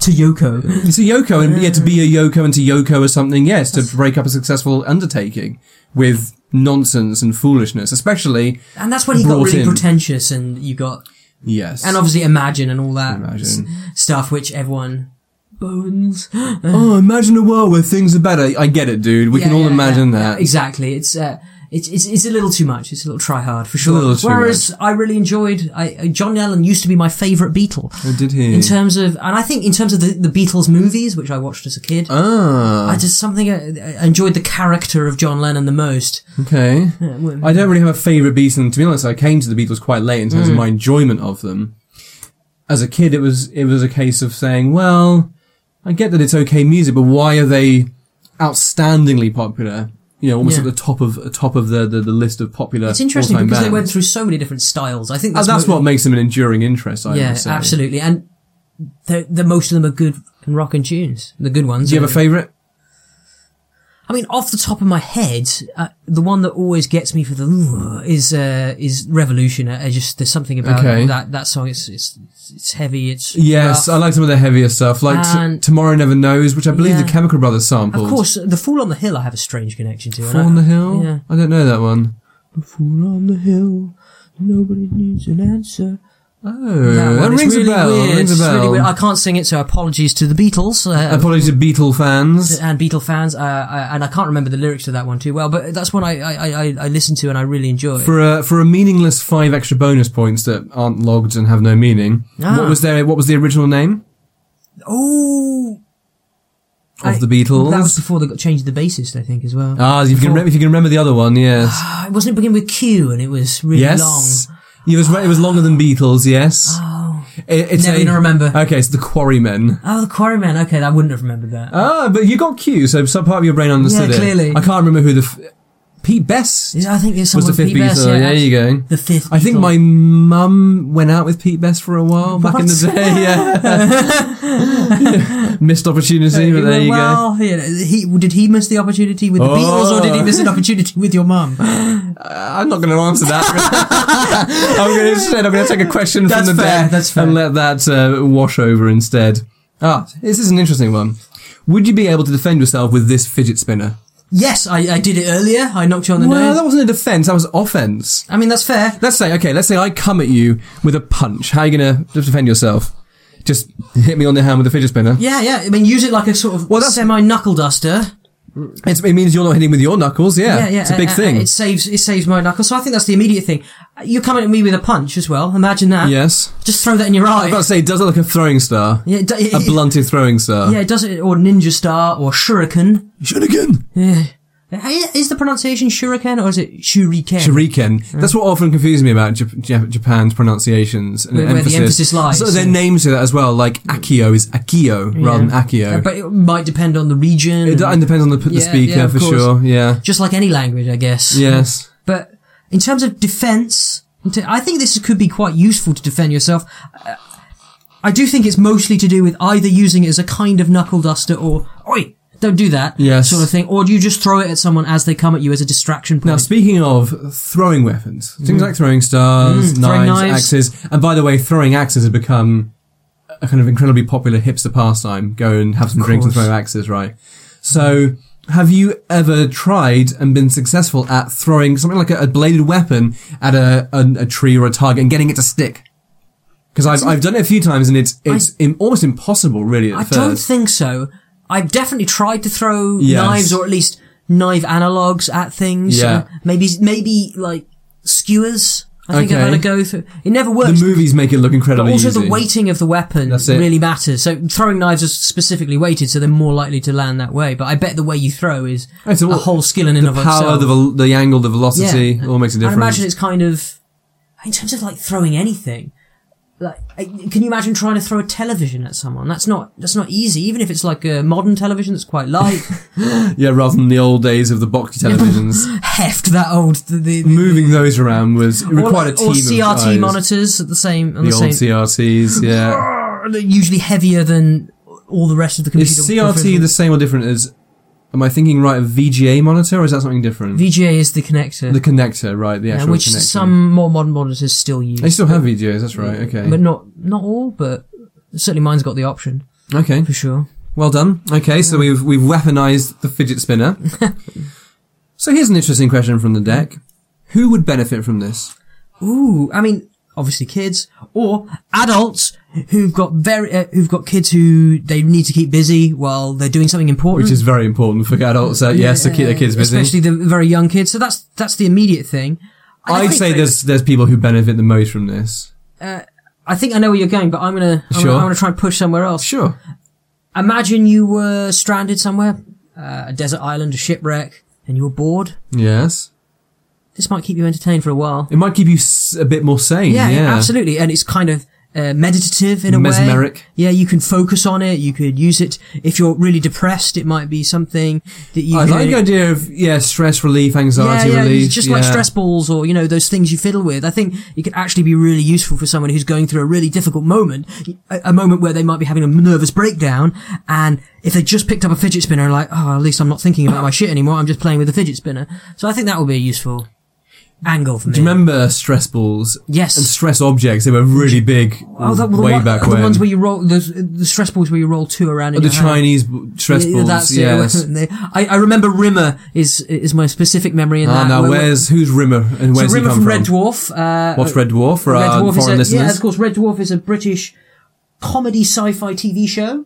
Speaker 3: to Yoko.
Speaker 2: it's a Yoko, and yeah, to be a Yoko and to Yoko or something, yes, to break up a successful undertaking with nonsense and foolishness, especially
Speaker 3: And that's when he got
Speaker 2: brought
Speaker 3: really
Speaker 2: in.
Speaker 3: pretentious, and you got
Speaker 2: yes.
Speaker 3: and obviously Imagine and all that
Speaker 2: Imagine.
Speaker 3: s- stuff, which everyone bones. we
Speaker 2: oh, imagine a world where things are better. I get it, dude. We can all imagine that.
Speaker 3: exactly. It's uh, it's it's it's a little too much. It's a little try hard for sure.
Speaker 2: little too
Speaker 3: Whereas I really enjoyed. I uh, John Lennon used to be my favorite Beatle.
Speaker 2: Oh, did he?
Speaker 3: In terms of, and I think in terms of the, the Beatles movies, which I watched as a kid,
Speaker 2: ah,
Speaker 3: I just something uh, I, I enjoyed the character of John Lennon the most.
Speaker 2: okay.
Speaker 3: well-
Speaker 2: I don't really have a favorite Beatles. To be honest, I came to the Beatles quite late in terms
Speaker 3: Mm.
Speaker 2: of my enjoyment of them. As a kid, it was it was a case of saying, "Well, I get that it's okay music, but why are they outstandingly popular? You know, almost
Speaker 3: Yeah.
Speaker 2: at the top of top of the, the, the list of popular."
Speaker 3: It's interesting
Speaker 2: all-time
Speaker 3: because they
Speaker 2: bands.
Speaker 3: went through so many different styles. I think
Speaker 2: And
Speaker 3: that's,
Speaker 2: that's
Speaker 3: mo-
Speaker 2: what makes them an enduring interest. I
Speaker 3: Yeah,
Speaker 2: would say.
Speaker 3: absolutely. And the, the most of them are good and rocking tunes. The good ones.
Speaker 2: Do you have a favorite?
Speaker 3: I mean, off the top of my head, uh, the one that always gets me for the "Ooh" is uh, is Revolution. I, I just there's something about
Speaker 2: Okay.
Speaker 3: that that song. It's it's it's heavy. It's
Speaker 2: Yes,
Speaker 3: rough.
Speaker 2: I like some of their heavier stuff, like T-
Speaker 3: And-
Speaker 2: "Tomorrow Never Knows," which I believe
Speaker 3: Yeah.
Speaker 2: the Chemical Brothers sampled.
Speaker 3: of course, the Fool on the Hill. I have a strange connection to. and
Speaker 2: "Fool
Speaker 3: I-
Speaker 2: on the Hill."
Speaker 3: Yeah.
Speaker 2: I don't know that one.
Speaker 3: The Fool on the Hill. Nobody needs an answer.
Speaker 2: Oh,
Speaker 3: That
Speaker 2: that,
Speaker 3: one. It's
Speaker 2: rings
Speaker 3: really
Speaker 2: a bell.
Speaker 3: Weird.
Speaker 2: Rings
Speaker 3: It's
Speaker 2: a bell.
Speaker 3: really weird. I can't sing it, so apologies to the Beatles. Uh,
Speaker 2: Apologies to Beatle fans.
Speaker 3: and Beatle fans, uh, I, and I can't remember the lyrics to that one too well, but that's one I I, I, I listened to and I really enjoyed.
Speaker 2: For a, for a meaningless five extra bonus points that aren't logged and have no meaning.
Speaker 3: Ah.
Speaker 2: What was their What was the original name
Speaker 3: oh,
Speaker 2: of the Beatles?
Speaker 3: that was before they got changed the bassist, I think, as well.
Speaker 2: ah, if you, can
Speaker 3: before-
Speaker 2: remember, if you can remember the other one, yes,
Speaker 3: Ah, wasn't it begin with Q and it was really
Speaker 2: yes. It was it was longer than Beatles. Yes.
Speaker 3: long? Oh,
Speaker 2: It- it's
Speaker 3: Never
Speaker 2: a-
Speaker 3: gonna remember.
Speaker 2: Okay, it's the Quarrymen.
Speaker 3: oh, the Quarrymen. Okay, I wouldn't have remembered that.
Speaker 2: Ah, but you got Q, so some part of your brain understood
Speaker 3: Yeah,
Speaker 2: it.
Speaker 3: clearly.
Speaker 2: I can't remember who the. F- Pete Best
Speaker 3: Is- I think there's
Speaker 2: was
Speaker 3: someone
Speaker 2: the fifth
Speaker 3: Pete Best,
Speaker 2: Beatle.
Speaker 3: yeah,
Speaker 2: there you go.
Speaker 3: The fifth.
Speaker 2: I think my
Speaker 3: Beatle.
Speaker 2: mum went out with Pete Best for a while back in the
Speaker 3: What?
Speaker 2: day. Yeah, missed opportunity, but there you go.
Speaker 3: well, you know, he did he miss the opportunity with the
Speaker 2: Oh.
Speaker 3: Beatles, or did he miss an opportunity with your mum?
Speaker 2: I'm not going to answer that. I'm going to instead. I'm going to take a question
Speaker 3: That's
Speaker 2: from the
Speaker 3: fair,
Speaker 2: deck
Speaker 3: that's fair.
Speaker 2: and let that uh, wash over instead. Ah, this is an interesting one. Would you be able to defend yourself with this fidget spinner?
Speaker 3: Yes, I, I did it earlier. I knocked you on the
Speaker 2: Well,
Speaker 3: nose.
Speaker 2: that wasn't a defense. That was offense.
Speaker 3: I mean, that's fair.
Speaker 2: Let's say, okay, let's say I come at you with a punch. How are you going to defend yourself? Just hit me on the hand with a fidget spinner.
Speaker 3: Yeah, yeah. I mean, use it like a sort of
Speaker 2: Well,
Speaker 3: well,
Speaker 2: that's-
Speaker 3: semi knuckle duster.
Speaker 2: It's, it means you're not hitting with your knuckles. Yeah,
Speaker 3: Yeah, yeah.
Speaker 2: it's a big
Speaker 3: uh, uh,
Speaker 2: thing.
Speaker 3: It saves it saves my knuckle. So I think that's the immediate thing. Uh, You're coming at me with a punch as well. Imagine that.
Speaker 2: yes,
Speaker 3: Just throw that in your
Speaker 2: I
Speaker 3: eye.
Speaker 2: was about to say, it does look like a throwing star,
Speaker 3: Yeah, it do- it-
Speaker 2: a
Speaker 3: it-
Speaker 2: blunted throwing star.
Speaker 3: Yeah, it does it or ninja star or shuriken.
Speaker 2: Shuriken,
Speaker 3: Uh, Is the pronunciation shuriken or is it shuriken?
Speaker 2: shuriken. That's what often confuses me about Jap- Jap- Japan's pronunciations and
Speaker 3: Where- where the emphasis lies,
Speaker 2: So their
Speaker 3: yeah.
Speaker 2: names do that as well. Like Akio is Akio rather than Akio.
Speaker 3: Uh, But it might depend on the region.
Speaker 2: it,
Speaker 3: and-
Speaker 2: and depends on the, the
Speaker 3: Yeah,
Speaker 2: speaker
Speaker 3: yeah, of
Speaker 2: for
Speaker 3: course.
Speaker 2: sure. Yeah.
Speaker 3: just like any language, I guess.
Speaker 2: Yes.
Speaker 3: But in terms of defense, in ter- I think this could be quite useful to defend yourself. Uh, I do think it's mostly to do with either using it as a kind of knuckle duster or, oi, don't do that
Speaker 2: Yes.
Speaker 3: sort of thing, or do you just throw it at someone as they come at you as a distraction
Speaker 2: Now,
Speaker 3: point?
Speaker 2: speaking of throwing weapons, things like throwing stars,
Speaker 3: Mm. throwing
Speaker 2: knives,
Speaker 3: knives.
Speaker 2: axes, and by the way, throwing axes has become a kind of incredibly popular hipster pastime. Go and have some drinks and
Speaker 3: course.
Speaker 2: throw axes, right? So, have you ever tried and been successful at throwing something like a, a bladed weapon at a, a, a tree or a target and getting it to stick? Because I've, I've done it a few times and it's it's im- almost impossible, really. At
Speaker 3: I
Speaker 2: first.
Speaker 3: don't think so. I've definitely tried to throw
Speaker 2: Yes.
Speaker 3: knives or at least knife analogs at things.
Speaker 2: Yeah.
Speaker 3: Uh, maybe, maybe like skewers. I think I've
Speaker 2: Okay.
Speaker 3: had a go through. It never works.
Speaker 2: the movies make it look incredibly
Speaker 3: also,
Speaker 2: easy.
Speaker 3: the weighting of the weapon
Speaker 2: That's it.
Speaker 3: really matters. So, throwing knives are specifically weighted, so they're more likely to land that way. But I bet the way you throw is
Speaker 2: Right, so
Speaker 3: a
Speaker 2: what-
Speaker 3: whole skill in and
Speaker 2: the
Speaker 3: of
Speaker 2: power,
Speaker 3: itself.
Speaker 2: the, vel- the angle, the velocity, all makes a
Speaker 3: I
Speaker 2: difference.
Speaker 3: imagine it's kind of in terms of like throwing anything. Like, I- can you imagine trying to throw a television at someone? That's not that's not easy. Even if it's like a modern television that's quite light,
Speaker 2: Yeah, rather than the old days of the boxy televisions.
Speaker 3: heft that old the, the, the
Speaker 2: Moving those around was it
Speaker 3: or,
Speaker 2: required a team
Speaker 3: or CRT
Speaker 2: of guys.
Speaker 3: monitors at the same on
Speaker 2: The
Speaker 3: the,
Speaker 2: old
Speaker 3: same.
Speaker 2: CRTs, yeah.
Speaker 3: They're usually heavier than all the rest of the computer.
Speaker 2: Is CRT the same or different as? Am I thinking right of VGA monitor, or is that something different?
Speaker 3: VGA is the connector.
Speaker 2: the connector, right? The
Speaker 3: Yeah,
Speaker 2: actual
Speaker 3: which
Speaker 2: connection.
Speaker 3: some more modern monitors still use.
Speaker 2: They still have VGAs. That's right. Okay.
Speaker 3: but not not all, but certainly mine's got the option
Speaker 2: okay.
Speaker 3: for sure.
Speaker 2: Well done. Okay, so we've we've weaponized the fidget spinner. so here's an interesting question from the deck: Who would benefit from this?
Speaker 3: Ooh, I mean, obviously kids or adults who've got very uh, who've got kids who they need to keep busy while they're doing something important.
Speaker 2: Which is very important for adults. Uh, yes, to keep their kids busy.
Speaker 3: especially the very young kids. So that's that's the immediate thing. And I
Speaker 2: I'd
Speaker 3: think-
Speaker 2: say there's there's people who benefit the most from this.
Speaker 3: I think I know where you're going, but I'm gonna I'm,
Speaker 2: Sure.
Speaker 3: gonna, I'm gonna try and push somewhere else.
Speaker 2: Sure.
Speaker 3: Imagine you were stranded somewhere, uh, a desert island, a shipwreck, and you were bored.
Speaker 2: Yes.
Speaker 3: This might keep you entertained for a while.
Speaker 2: It might keep you s- a bit more sane.
Speaker 3: yeah,
Speaker 2: Yeah,
Speaker 3: yeah, absolutely. And it's kind of uh, meditative in a way.
Speaker 2: Mesmeric.
Speaker 3: Yeah, you can focus on it. You could use it if you're really depressed. It might be something that you.
Speaker 2: I
Speaker 3: can,
Speaker 2: like the idea of yeah stress relief,
Speaker 3: yeah,
Speaker 2: anxiety
Speaker 3: yeah,
Speaker 2: relief.
Speaker 3: it's just like
Speaker 2: yeah.
Speaker 3: stress balls or you know those things you fiddle with. I think it could actually be really useful for someone who's going through a really difficult moment, a, a moment where they might be having a nervous breakdown, and if they just picked up a fidget spinner, like oh, at least I'm not thinking about my shit anymore. I'm just playing with the fidget spinner. So I think that would be a useful angle for me.
Speaker 2: Do you remember stress balls?
Speaker 3: Yes.
Speaker 2: And stress objects. They were really big
Speaker 3: Oh, the, the
Speaker 2: way
Speaker 3: one-
Speaker 2: back
Speaker 3: the
Speaker 2: when. Oh,
Speaker 3: ones where you roll the, the stress balls where you roll two around. In
Speaker 2: the
Speaker 3: your hand.
Speaker 2: Chinese b- stress
Speaker 3: Yeah,
Speaker 2: balls.
Speaker 3: That's it.
Speaker 2: yes.
Speaker 3: I, I remember Rimmer is is my specific memory in
Speaker 2: Ah,
Speaker 3: that.
Speaker 2: now
Speaker 3: Where-
Speaker 2: where's who's Rimmer and
Speaker 3: so
Speaker 2: where's he
Speaker 3: Rimmer
Speaker 2: come
Speaker 3: from Red Dwarf? Uh,
Speaker 2: What's Red Dwarf for
Speaker 3: Red
Speaker 2: our
Speaker 3: Dwarf is
Speaker 2: foreign
Speaker 3: a,
Speaker 2: listeners?
Speaker 3: yeah, of course. Red Dwarf is a British comedy sci-fi TV show,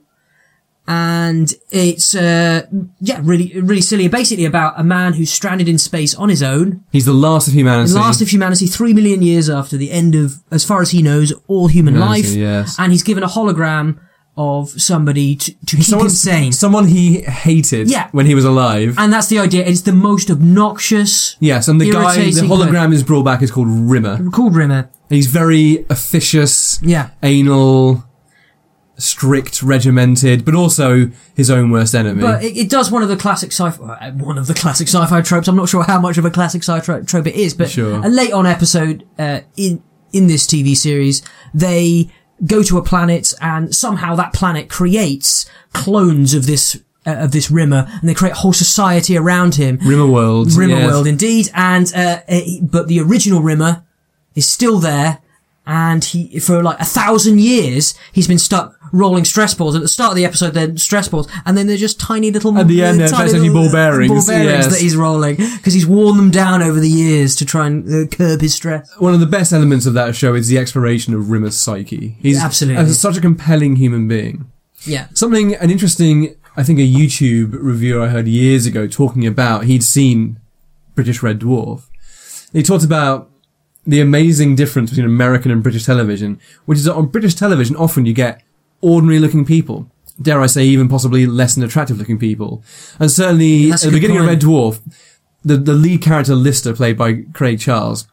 Speaker 3: and it's uh, yeah, really really silly. Basically, about a man who's stranded in space on his own,
Speaker 2: He's the last of humanity.
Speaker 3: the last of humanity, three million years after the end of, as far as he knows, all human
Speaker 2: Humanity,
Speaker 3: life.
Speaker 2: yes.
Speaker 3: And he's given a hologram of somebody to, to keep him
Speaker 2: someone,
Speaker 3: sane.
Speaker 2: someone he hated
Speaker 3: Yeah.
Speaker 2: when he was alive.
Speaker 3: and that's the idea. It's the most obnoxious.
Speaker 2: yes, and the guy, the
Speaker 3: irritating
Speaker 2: hologram is brought back is called Rimmer.
Speaker 3: Called Rimmer.
Speaker 2: He's very officious,
Speaker 3: Yeah.
Speaker 2: anal, strict, regimented, but also his own worst enemy.
Speaker 3: But it, it does one of the classic sci-fi, uh, one of the classic sci-fi tropes. I'm not sure how much of a classic sci-fi trope it is, but
Speaker 2: Sure.
Speaker 3: a late on episode uh, in in this TV series, they go to a planet and somehow that planet creates clones of this uh, of this Rimmer, and they create a whole society around him.
Speaker 2: Rimmer World. yes.
Speaker 3: Rimmerworld, indeed. And uh, uh, he- but the original Rimmer is still there, and he for like a thousand years he's been stuck rolling stress balls. At the start of the episode, they're stress balls, and then they're just tiny little
Speaker 2: At the end,
Speaker 3: uh,
Speaker 2: they're
Speaker 3: tiny
Speaker 2: basically
Speaker 3: little,
Speaker 2: ball bearings,
Speaker 3: ball bearings
Speaker 2: yes.
Speaker 3: that he's rolling because he's worn them down over the years to try and uh, curb his stress.
Speaker 2: One of the best elements of that show is the exploration of Rimmer's psyche. He's
Speaker 3: Absolutely.
Speaker 2: uh, such a compelling human being.
Speaker 3: Yeah,
Speaker 2: Something an interesting, I think, a YouTube reviewer I heard years ago talking about he'd seen British Red Dwarf. He talked about the amazing difference between American and British television, which is that on British television often you get ordinary looking people. Dare I say, even possibly less than attractive looking people. And certainly
Speaker 3: That's a
Speaker 2: at the
Speaker 3: good
Speaker 2: beginning
Speaker 3: point.
Speaker 2: of Red Dwarf, the, the lead character Lister, played by Craig Charles,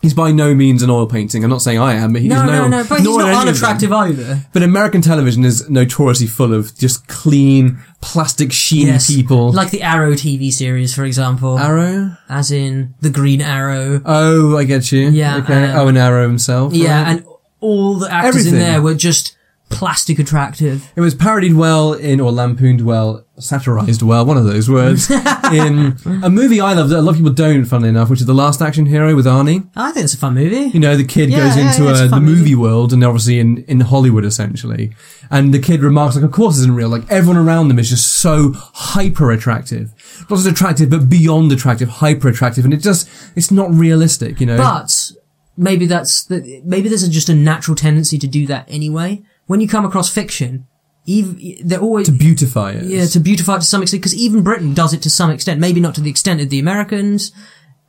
Speaker 2: he's by no means an oil painting. I'm not saying I am, but he's
Speaker 3: no,
Speaker 2: no,
Speaker 3: no, no, but he's
Speaker 2: nor
Speaker 3: not
Speaker 2: any of them.
Speaker 3: unattractive either.
Speaker 2: But American television is notoriously full of just clean, plastic sheen
Speaker 3: Yes,
Speaker 2: people.
Speaker 3: like the Arrow TV series, for example,
Speaker 2: Arrow?
Speaker 3: as in the Green Arrow.
Speaker 2: Oh, I get you.
Speaker 3: Yeah,
Speaker 2: Okay.
Speaker 3: uh,
Speaker 2: oh, and Arrow himself.
Speaker 3: Yeah,
Speaker 2: right.
Speaker 3: and all the actors in
Speaker 2: Everything.
Speaker 3: there were just plastic attractive.
Speaker 2: it was parodied well in, or lampooned well, satirized well, one of those words, in a movie I love that a lot of people don't, funnily enough, which is The Last Action Hero with Arnie.
Speaker 3: I think it's a fun movie.
Speaker 2: You know, the kid
Speaker 3: Yeah,
Speaker 2: goes
Speaker 3: yeah,
Speaker 2: into
Speaker 3: yeah, it's a
Speaker 2: uh the
Speaker 3: fun
Speaker 2: movie
Speaker 3: movie.
Speaker 2: world and obviously in, in Hollywood essentially. And the kid remarks, like, of course it isn't real. Like everyone around them is just so hyper attractive. Not just attractive, but beyond attractive, hyper attractive. And it just, it's not realistic, you know?
Speaker 3: But maybe that's the, maybe there's just a natural tendency to do that anyway. When you come across fiction, ev they're always
Speaker 2: to beautify it.
Speaker 3: yeah to beautify it to some extent because even Britain does it to some extent. Maybe not to the extent of the Americans.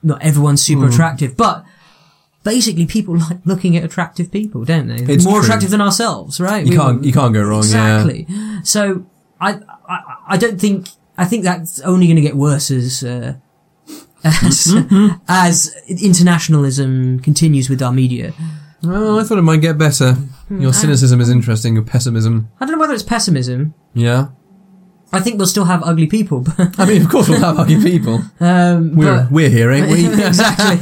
Speaker 3: Not everyone's super attractive, but basically people like looking at attractive people, don't they?
Speaker 2: It's
Speaker 3: More
Speaker 2: true.
Speaker 3: attractive than ourselves, right?
Speaker 2: you
Speaker 3: We-
Speaker 2: can't, you can't go wrong. Yeah.
Speaker 3: Exactly. So I, I I don't think I think that's only going to get worse as uh, as as internationalism continues with our media.
Speaker 2: Well, Oh, I thought it might get better.
Speaker 3: Hmm.
Speaker 2: Your cynicism is interesting. Your pessimism.
Speaker 3: I don't know whether it's pessimism.
Speaker 2: Yeah.
Speaker 3: I think we'll still have ugly people, but
Speaker 2: I mean, of course we'll have ugly people.
Speaker 3: um,
Speaker 2: We're, we're here, ain't
Speaker 3: but-
Speaker 2: we?
Speaker 3: exactly.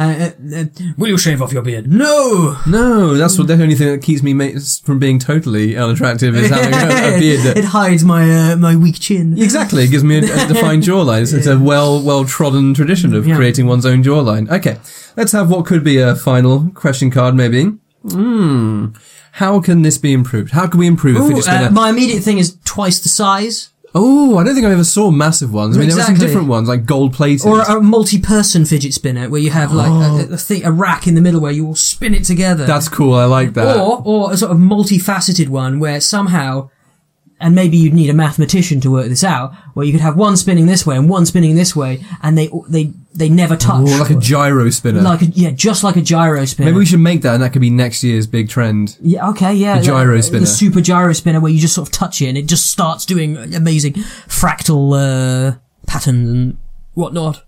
Speaker 3: Uh, uh, uh, will you shave off your beard? No.
Speaker 2: No, that's what, that's the only thing that keeps me ma- from being totally unattractive is having a, a beard that
Speaker 3: it hides my uh, my weak chin.
Speaker 2: Exactly, it gives me a, a defined jawline. It's- It's a well, well trodden tradition of
Speaker 3: Yeah.
Speaker 2: creating one's own jawline. Okay, let's have what could be a final question card, maybe. Hmm, how can this be improved? How can we improve a
Speaker 3: Ooh,
Speaker 2: fidget spinner?
Speaker 3: uh, my immediate thing is twice the size.
Speaker 2: oh, I don't think I ever saw massive ones. I mean, there were some
Speaker 3: Exactly.
Speaker 2: different ones, like gold plated.
Speaker 3: Or a multi-person fidget spinner where you have like
Speaker 2: Oh.
Speaker 3: a, a, thi- a rack in the middle where you all spin it together.
Speaker 2: That's cool. I like that.
Speaker 3: or or a sort of multifaceted one where somehow, and maybe you'd need a mathematician to work this out, where you could have one spinning this way and one spinning this way, and they they they never touch.
Speaker 2: Or like a gyro spinner.
Speaker 3: Like a- yeah, just like a gyro spinner.
Speaker 2: Maybe we should make that, and that could be next year's big trend.
Speaker 3: yeah, okay, yeah.
Speaker 2: A gyro
Speaker 3: like,
Speaker 2: spinner.
Speaker 3: The super gyro spinner where you just sort of touch it and it just starts doing amazing fractal uh, patterns and whatnot.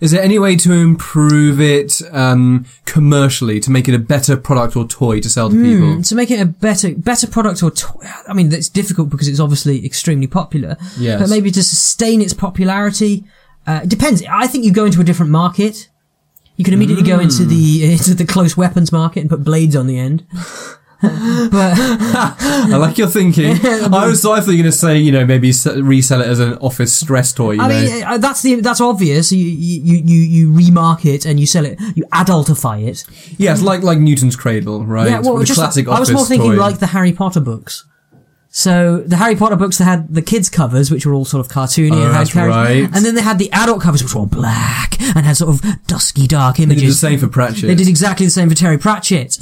Speaker 2: Is there any way to improve it um, commercially to make it a better product or toy to sell to
Speaker 3: Hmm.
Speaker 2: people?
Speaker 3: to make it a better better product or to- I mean that's difficult because it's obviously extremely popular.
Speaker 2: Yes.
Speaker 3: But maybe to sustain its popularity, uh, it depends. I think you go into a different market. You can immediately go into the into the close weapons market and put blades on the end. but
Speaker 2: I like your thinking. I was I thought you were going to say, you know, maybe s- resell it as an office stress toy. You
Speaker 3: I
Speaker 2: know?
Speaker 3: mean uh, that's the that's obvious. You you you you remarket and you sell it. You adultify it. uh,
Speaker 2: yes, like like Newton's Cradle, right? the classic
Speaker 3: I was
Speaker 2: office
Speaker 3: more thinking
Speaker 2: toy.
Speaker 3: like the Harry Potter books. So the Harry Potter books they had the kids covers, which were all sort of cartoony
Speaker 2: Oh,
Speaker 3: and had
Speaker 2: that's
Speaker 3: characters,
Speaker 2: right.
Speaker 3: and then they had the adult covers, which were all black and had sort of dusky, dark
Speaker 2: They
Speaker 3: images.
Speaker 2: did the same for Pratchett.
Speaker 3: They did exactly the same for Terry Pratchett.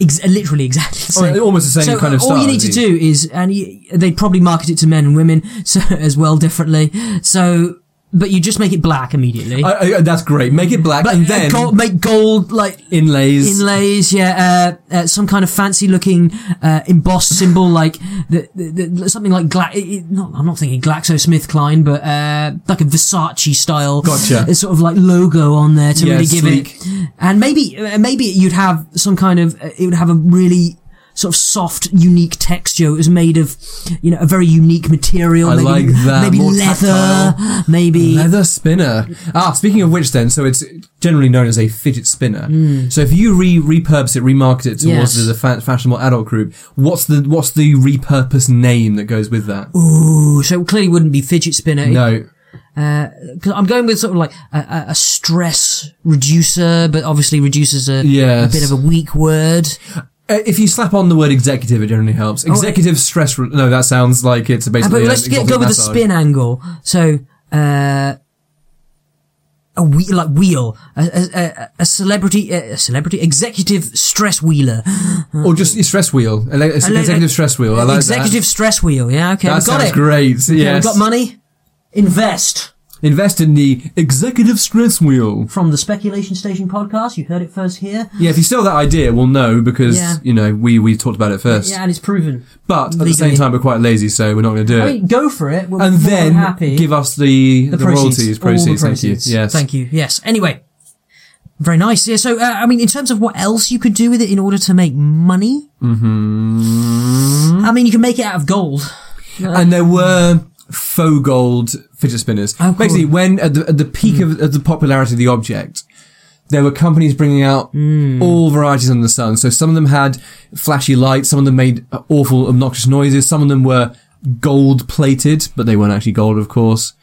Speaker 3: Ex- literally exactly the
Speaker 2: Oh,
Speaker 3: same.
Speaker 2: almost the same
Speaker 3: so uh,
Speaker 2: kind of
Speaker 3: all
Speaker 2: style,
Speaker 3: you need to
Speaker 2: isn't it?
Speaker 3: do is, and you, they'd probably market it to men and women so as well differently. So, but you just make it black immediately.
Speaker 2: I, I, that's great. Make it black
Speaker 3: but
Speaker 2: and
Speaker 3: uh,
Speaker 2: then
Speaker 3: gold, make gold like
Speaker 2: inlays.
Speaker 3: inlays, yeah, uh, uh, some kind of fancy looking uh, embossed symbol like the, the, the, something like Gla- it- it- not, I'm not thinking GlaxoSmithKline, but uh, like a Versace style,
Speaker 2: Gotcha.
Speaker 3: uh, sort of like logo on there to
Speaker 2: Yeah,
Speaker 3: really give
Speaker 2: sleek.
Speaker 3: it, and maybe uh, maybe you'd have some kind of uh, it would have a really sort of soft, unique texture. It was made of, you know, a very unique material.
Speaker 2: I
Speaker 3: maybe,
Speaker 2: like that,
Speaker 3: Maybe
Speaker 2: more
Speaker 3: leather. Maybe
Speaker 2: Leather spinner. Ah, speaking of which, then, so it's generally known as a fidget spinner. So if you re repurpose it, remarket it towards
Speaker 3: Hmm. Yes.
Speaker 2: the fa- fashionable adult group, what's the what's the repurposed name that goes with that?
Speaker 3: ooh. So it clearly wouldn't be fidget spinner.
Speaker 2: No,
Speaker 3: Cause I'm going with sort of like a, a, a stress reducer, but obviously reducer's a,
Speaker 2: Yes.
Speaker 3: a bit of a weak word.
Speaker 2: Uh, if you slap on the word executive, it generally helps. Executive stress. Re- no, that sounds like it's
Speaker 3: Uh,
Speaker 2: basically.
Speaker 3: Oh, but
Speaker 2: an
Speaker 3: let's get, go
Speaker 2: exotic
Speaker 3: with the
Speaker 2: massage.
Speaker 3: spin angle. So, uh, a wheel, like wheel, a, a, a, a celebrity, a celebrity executive stress wheeler,
Speaker 2: or just stress wheel. Ele- it's
Speaker 3: Ele-
Speaker 2: executive stress wheel. I like
Speaker 3: executive stress wheel. Yeah, okay,
Speaker 2: That, that
Speaker 3: we got
Speaker 2: sounds
Speaker 3: it.
Speaker 2: great.
Speaker 3: Okay, we
Speaker 2: yes,
Speaker 3: got money. Invest
Speaker 2: invest in the executive stress wheel.
Speaker 3: from the Speculation Station podcast. You heard it first here.
Speaker 2: Yeah, if you steal that idea, we'll know because
Speaker 3: Yeah.
Speaker 2: you know we we talked about it first.
Speaker 3: Yeah, and it's proven.
Speaker 2: But at the same
Speaker 3: Legally.
Speaker 2: time, we're quite lazy, so we're not going to do
Speaker 3: I
Speaker 2: it.
Speaker 3: mean, go for it. We're
Speaker 2: and
Speaker 3: more than
Speaker 2: then
Speaker 3: happy.
Speaker 2: give us the,
Speaker 3: the,
Speaker 2: the,
Speaker 3: proceeds,
Speaker 2: royalties
Speaker 3: all the
Speaker 2: proceeds. Thank you.
Speaker 3: proceeds.
Speaker 2: Yes.
Speaker 3: Thank you. Yes. Anyway, very nice. Yeah. So, uh, I mean, in terms of what else you could do with it in order to make money, mm-hmm. I mean, you can make it out of gold.
Speaker 2: and there were faux gold fidget spinners.
Speaker 3: Oh, cool.
Speaker 2: Basically, when at the, at the peak
Speaker 3: Hmm.
Speaker 2: of, of the popularity of the object, there were companies bringing out
Speaker 3: Hmm.
Speaker 2: all varieties under the sun. So some of them had flashy lights, some of them made uh, awful, obnoxious noises, some of them were gold plated, but they weren't actually gold, of course.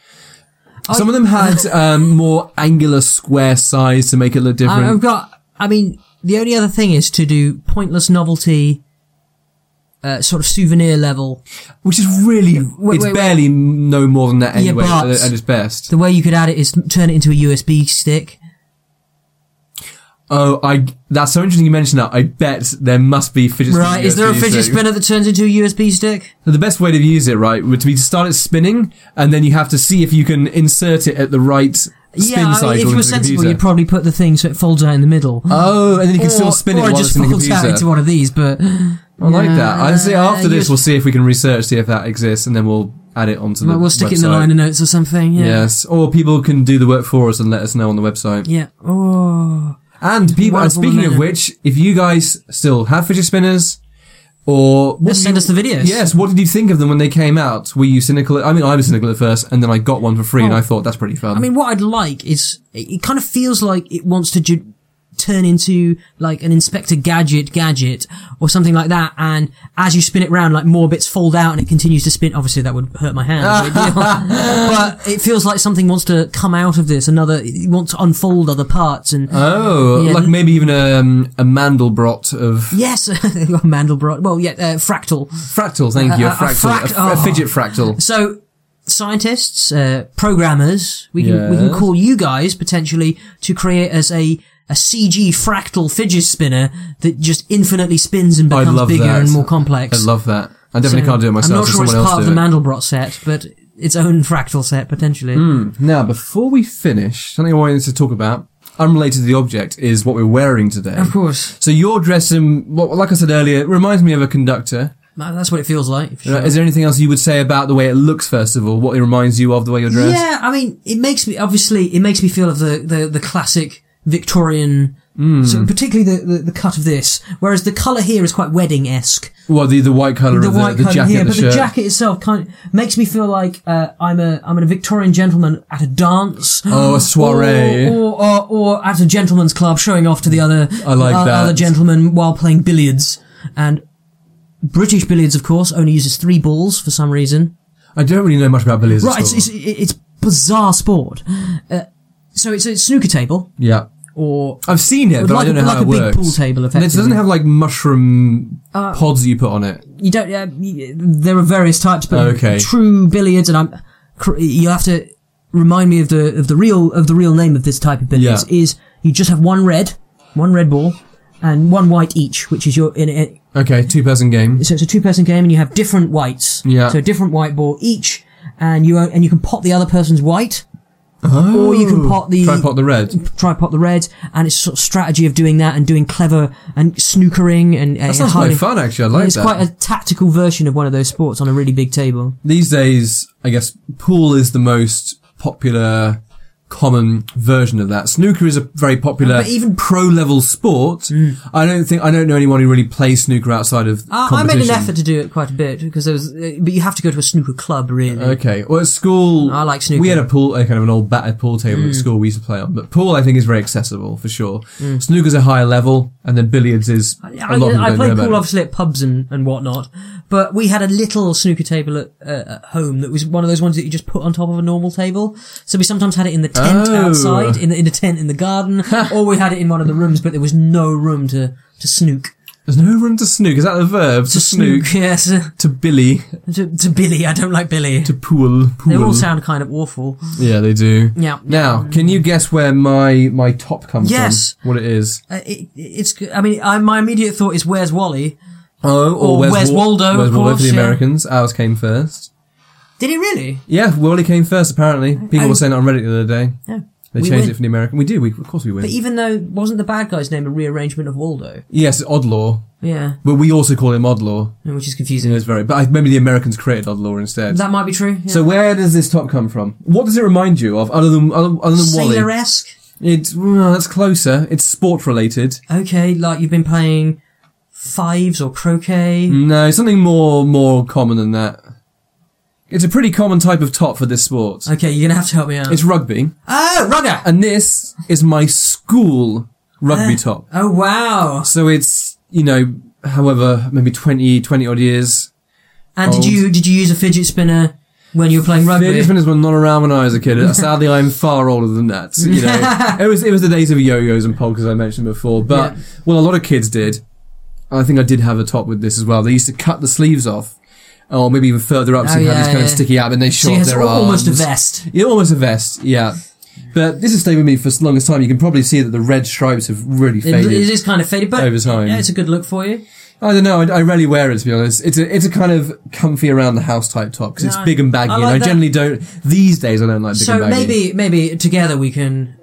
Speaker 2: Some of them had um, more angular square size to make it look
Speaker 3: I, I've
Speaker 2: different.
Speaker 3: got. I mean, the only other thing is to do pointless novelty, uh, sort of souvenir level.
Speaker 2: which is really,
Speaker 3: wait,
Speaker 2: it's
Speaker 3: wait.
Speaker 2: barely no more than that
Speaker 3: Yeah,
Speaker 2: anyway,
Speaker 3: but-
Speaker 2: at, at its best.
Speaker 3: The way you could add it is turn it into a USB stick.
Speaker 2: Oh, I. That's so interesting you mentioned that. I bet there must be fidget spinners.
Speaker 3: Right? Is there a fidget spinner that turns into a USB stick?
Speaker 2: The best way to use it, right, would be to start it spinning, and then you have to see if you can insert it at the right spin
Speaker 3: yeah. I
Speaker 2: cycle
Speaker 3: mean, if you
Speaker 2: into
Speaker 3: were
Speaker 2: the
Speaker 3: sensible,
Speaker 2: computer.
Speaker 3: you'd probably put the thing so it folds out in the middle.
Speaker 2: oh, and then you can still spin it
Speaker 3: or
Speaker 2: while
Speaker 3: just
Speaker 2: it's in the
Speaker 3: folds out
Speaker 2: computer.
Speaker 3: into one of these, but uh,
Speaker 2: I like that. I say after this,
Speaker 3: USB
Speaker 2: we'll see if we can research, see if that exists, and then we'll add it onto the.
Speaker 3: Well, we'll stick it in the
Speaker 2: website.
Speaker 3: liner notes or something. Yeah.
Speaker 2: Yes, or people can do the work for us and let us know on the website.
Speaker 3: Yeah. Oh.
Speaker 2: And people, and
Speaker 3: Wonderful
Speaker 2: speaking of
Speaker 3: momentum.
Speaker 2: which, if you guys still have fidget spinners, or what
Speaker 3: Just
Speaker 2: do
Speaker 3: send
Speaker 2: you-
Speaker 3: us the videos.
Speaker 2: Yes, what did you think of them when they came out? Were you cynical? I mean, I was cynical at first, and then I got one for free, and
Speaker 3: Oh.
Speaker 2: I thought that's pretty fun.
Speaker 3: I mean, what I'd like is it, it kind of feels like it wants to ju- turn into like an Inspector Gadget gadget or something like that. And as you spin it round, like more bits fold out and it continues to spin. Obviously, that would hurt my hand. but it feels like something wants to come out of this. Another it wants to unfold other parts and
Speaker 2: oh,
Speaker 3: Yeah.
Speaker 2: like maybe even a, um, a Mandelbrot of
Speaker 3: yes, Mandelbrot. Well, yeah, uh, Fractal.
Speaker 2: fractal. Thank you, a
Speaker 3: A- a
Speaker 2: fractal, a,
Speaker 3: fract-
Speaker 2: f- a
Speaker 3: oh.
Speaker 2: fidget fractal.
Speaker 3: So, scientists, uh, programmers, we can we can
Speaker 2: Yes.
Speaker 3: call you guys potentially to create as a a CG fractal fidget spinner that just infinitely spins and
Speaker 2: I
Speaker 3: becomes
Speaker 2: love
Speaker 3: bigger
Speaker 2: that.
Speaker 3: and more complex.
Speaker 2: I love that. I definitely
Speaker 3: So,
Speaker 2: can't do it myself.
Speaker 3: I'm not
Speaker 2: so
Speaker 3: sure it's
Speaker 2: someone
Speaker 3: part
Speaker 2: else do
Speaker 3: of the
Speaker 2: it.
Speaker 3: Mandelbrot set, but its own fractal set potentially.
Speaker 2: Now, before we finish, something I wanted to talk about, unrelated to the object, is what we're wearing today.
Speaker 3: Of course,
Speaker 2: So you're dressed in, well, like I said earlier, it reminds me of a conductor.
Speaker 3: Uh, that's what it feels like. for
Speaker 2: Uh,
Speaker 3: sure.
Speaker 2: Is there anything else you would say about the way it looks, first of all? What it reminds you of, the way you're dressed?
Speaker 3: Yeah, I mean, it makes me obviously it makes me feel of the the, the classic Victorian.
Speaker 2: Hmm.
Speaker 3: So particularly the, the the cut of this, whereas the color here is quite wedding esque.
Speaker 2: Well, the, the white colour
Speaker 3: the
Speaker 2: of the,
Speaker 3: white
Speaker 2: the
Speaker 3: coat
Speaker 2: jacket,
Speaker 3: here,
Speaker 2: the
Speaker 3: but
Speaker 2: shirt.
Speaker 3: the jacket itself kind of makes me feel like uh, I'm a I'm a Victorian gentleman at a dance.
Speaker 2: Oh, a soiree.
Speaker 3: Or, or, or, or at a gentleman's club, showing off to the other
Speaker 2: I like
Speaker 3: o-
Speaker 2: that.
Speaker 3: other gentlemen while playing billiards. And British billiards, of course, only uses three balls for some reason.
Speaker 2: I don't really know much about billiards.
Speaker 3: Right,
Speaker 2: at
Speaker 3: it's
Speaker 2: all.
Speaker 3: it's, it's bizarre sport. Uh, so it's a snooker table
Speaker 2: yeah.
Speaker 3: or
Speaker 2: I've seen it,
Speaker 3: Like
Speaker 2: but I
Speaker 3: a-
Speaker 2: don't know
Speaker 3: like
Speaker 2: how
Speaker 3: a
Speaker 2: it
Speaker 3: big
Speaker 2: works.
Speaker 3: pool table,
Speaker 2: And It doesn't
Speaker 3: effectively. Uh,
Speaker 2: have like mushroom pods you put on it.
Speaker 3: you don't. Uh, y- there are various types, but
Speaker 2: Okay.
Speaker 3: true billiards, and I'm. cr- You have to remind me of the of the real of the real name of this type of billiards.
Speaker 2: Yeah.
Speaker 3: Is you just have one red, one red ball, and one white each, which is your in it.
Speaker 2: Okay, two person game.
Speaker 3: So it's a two person game, and you have different whites.
Speaker 2: Yeah.
Speaker 3: So a different white ball each, and you and you can pot the other person's white, or you can pot the
Speaker 2: Oh. Try pot the red.
Speaker 3: try pot the red, and it's sort of strategy of doing that and doing clever and snookering and, and
Speaker 2: That sounds
Speaker 3: hiding-
Speaker 2: quite fun, actually. I like
Speaker 3: it's
Speaker 2: that.
Speaker 3: quite a tactical version of one of those sports on a really big table.
Speaker 2: These days, I guess pool is the most popular common version of that. Snooker is a very popular,
Speaker 3: But even- Hmm.
Speaker 2: pro level sport. I don't think I don't know anyone who really plays snooker outside of
Speaker 3: I, I
Speaker 2: competition.
Speaker 3: made an effort to do it quite a bit because there was, uh, but you have to go to a snooker club really.
Speaker 2: Okay. Well, at school,
Speaker 3: I like snooker. Hmm.
Speaker 2: We had a pool, a kind of an old battered pool table at school we used to play on. But pool, I think, is very accessible for sure. Snooker's a higher level, and then billiards is a
Speaker 3: Hmm. I,
Speaker 2: lot of people don't
Speaker 3: I
Speaker 2: know
Speaker 3: played
Speaker 2: about
Speaker 3: pool
Speaker 2: it.
Speaker 3: obviously at pubs and, and whatnot, but we had a little snooker table at, uh, at home that was one of those ones that you just put on top of a normal table. So we sometimes had it in the tent
Speaker 2: Oh.
Speaker 3: outside, in, the, in a tent in the garden, or we had it in one of the rooms, but there was no room to, to snook.
Speaker 2: There's no room to snook. Is that the verb? To, snook.
Speaker 3: yes.
Speaker 2: To billy.
Speaker 3: To, to Billy, I don't like Billy.
Speaker 2: To pool. Pool.
Speaker 3: They all sound kind of awful.
Speaker 2: yeah, they do.
Speaker 3: Yeah.
Speaker 2: Now, can you guess where my my top comes
Speaker 3: Yes.
Speaker 2: from? What it is?
Speaker 3: Uh, it, it's. I mean, I, my immediate thought is, where's Wally?
Speaker 2: Oh,
Speaker 3: Or Where's
Speaker 2: Wa-
Speaker 3: Waldo,
Speaker 2: Where's Waldo
Speaker 3: of
Speaker 2: for
Speaker 3: course,
Speaker 2: the
Speaker 3: yeah.
Speaker 2: Americans? Ours came first.
Speaker 3: Did he really?
Speaker 2: Yeah, Wally came first. Apparently, people
Speaker 3: I-
Speaker 2: were saying that on Reddit the other day.
Speaker 3: No.
Speaker 2: They
Speaker 3: We
Speaker 2: changed
Speaker 3: win.
Speaker 2: it from the American. We do. We, of course, we win.
Speaker 3: But even though wasn't the bad guy's name a rearrangement of Waldo?
Speaker 2: yes, it's Oddlaw,
Speaker 3: Yeah,
Speaker 2: but we also call him Oddlaw.
Speaker 3: which is confusing.
Speaker 2: It was very. But I, maybe the Americans created Oddlaw instead.
Speaker 3: That might be true. Yeah.
Speaker 2: so where does this top come from? What does it remind you of, other than other, other than Wally?
Speaker 3: sailor-esque.
Speaker 2: It's well, that's closer. It's sport related.
Speaker 3: Okay, like you've been playing fives or croquet.
Speaker 2: No, something more more common than that. It's a pretty common type of top for this sport.
Speaker 3: Okay, you're gonna have to help me out.
Speaker 2: It's rugby,
Speaker 3: oh, rugger.
Speaker 2: and this is my school rugby top.
Speaker 3: Oh wow!
Speaker 2: So it's you know, however, maybe 20, 20 odd years.
Speaker 3: And
Speaker 2: Old.
Speaker 3: did you did you use a fidget spinner when you were playing rugby?
Speaker 2: The Discipliners were not around when I was a kid. Sadly, I'm far older than that. You know, it was it was the days of yo-yos and polkas I mentioned before. But
Speaker 3: Yeah.
Speaker 2: well, a lot of kids did. I think I did have a top with this as well. They used to cut the sleeves off, or maybe even further up, so
Speaker 3: Oh,
Speaker 2: you had
Speaker 3: yeah,
Speaker 2: this kind of
Speaker 3: yeah.
Speaker 2: sticky out, and they
Speaker 3: so
Speaker 2: shot
Speaker 3: you had
Speaker 2: their
Speaker 3: almost a
Speaker 2: arms.
Speaker 3: vest.
Speaker 2: Yeah, almost a vest. Yeah. But this has stayed with me for as long as time. You can probably see that the red stripes have really
Speaker 3: It,
Speaker 2: faded.
Speaker 3: it is kind of faded, but
Speaker 2: Over time.
Speaker 3: yeah, it's a good look for you.
Speaker 2: I don't know. I, I rarely wear it to be honest. It's a it's a kind of comfy around the house type top because
Speaker 3: No,
Speaker 2: it's big and baggy.
Speaker 3: I
Speaker 2: and
Speaker 3: like
Speaker 2: I
Speaker 3: that.
Speaker 2: generally don't these days. I don't like big and
Speaker 3: So
Speaker 2: baggy.
Speaker 3: maybe, maybe together we can,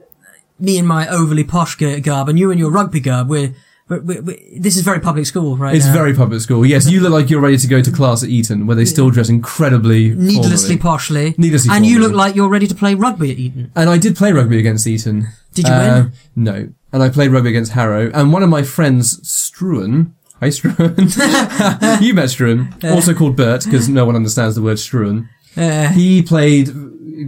Speaker 3: me in my overly posh ga- garb and you in your rugby garb. We're, we're, we're, we this is very public school, right?
Speaker 2: It's
Speaker 3: now.
Speaker 2: very public school. Yes, you look like you're ready to go to class at Eton, where they still dress incredibly
Speaker 3: needlessly
Speaker 2: formally.
Speaker 3: poshly.
Speaker 2: Needlessly
Speaker 3: and you
Speaker 2: formally.
Speaker 3: look like you're ready to play rugby at Eton.
Speaker 2: And I did play rugby against Eton.
Speaker 3: Did you
Speaker 2: Uh, No. And I played rugby against Harrow. And one of my friends, Struan. Hi, Struan. you met Struan. Also called Bert, because no one understands the word Struan.
Speaker 3: Uh,
Speaker 2: He played.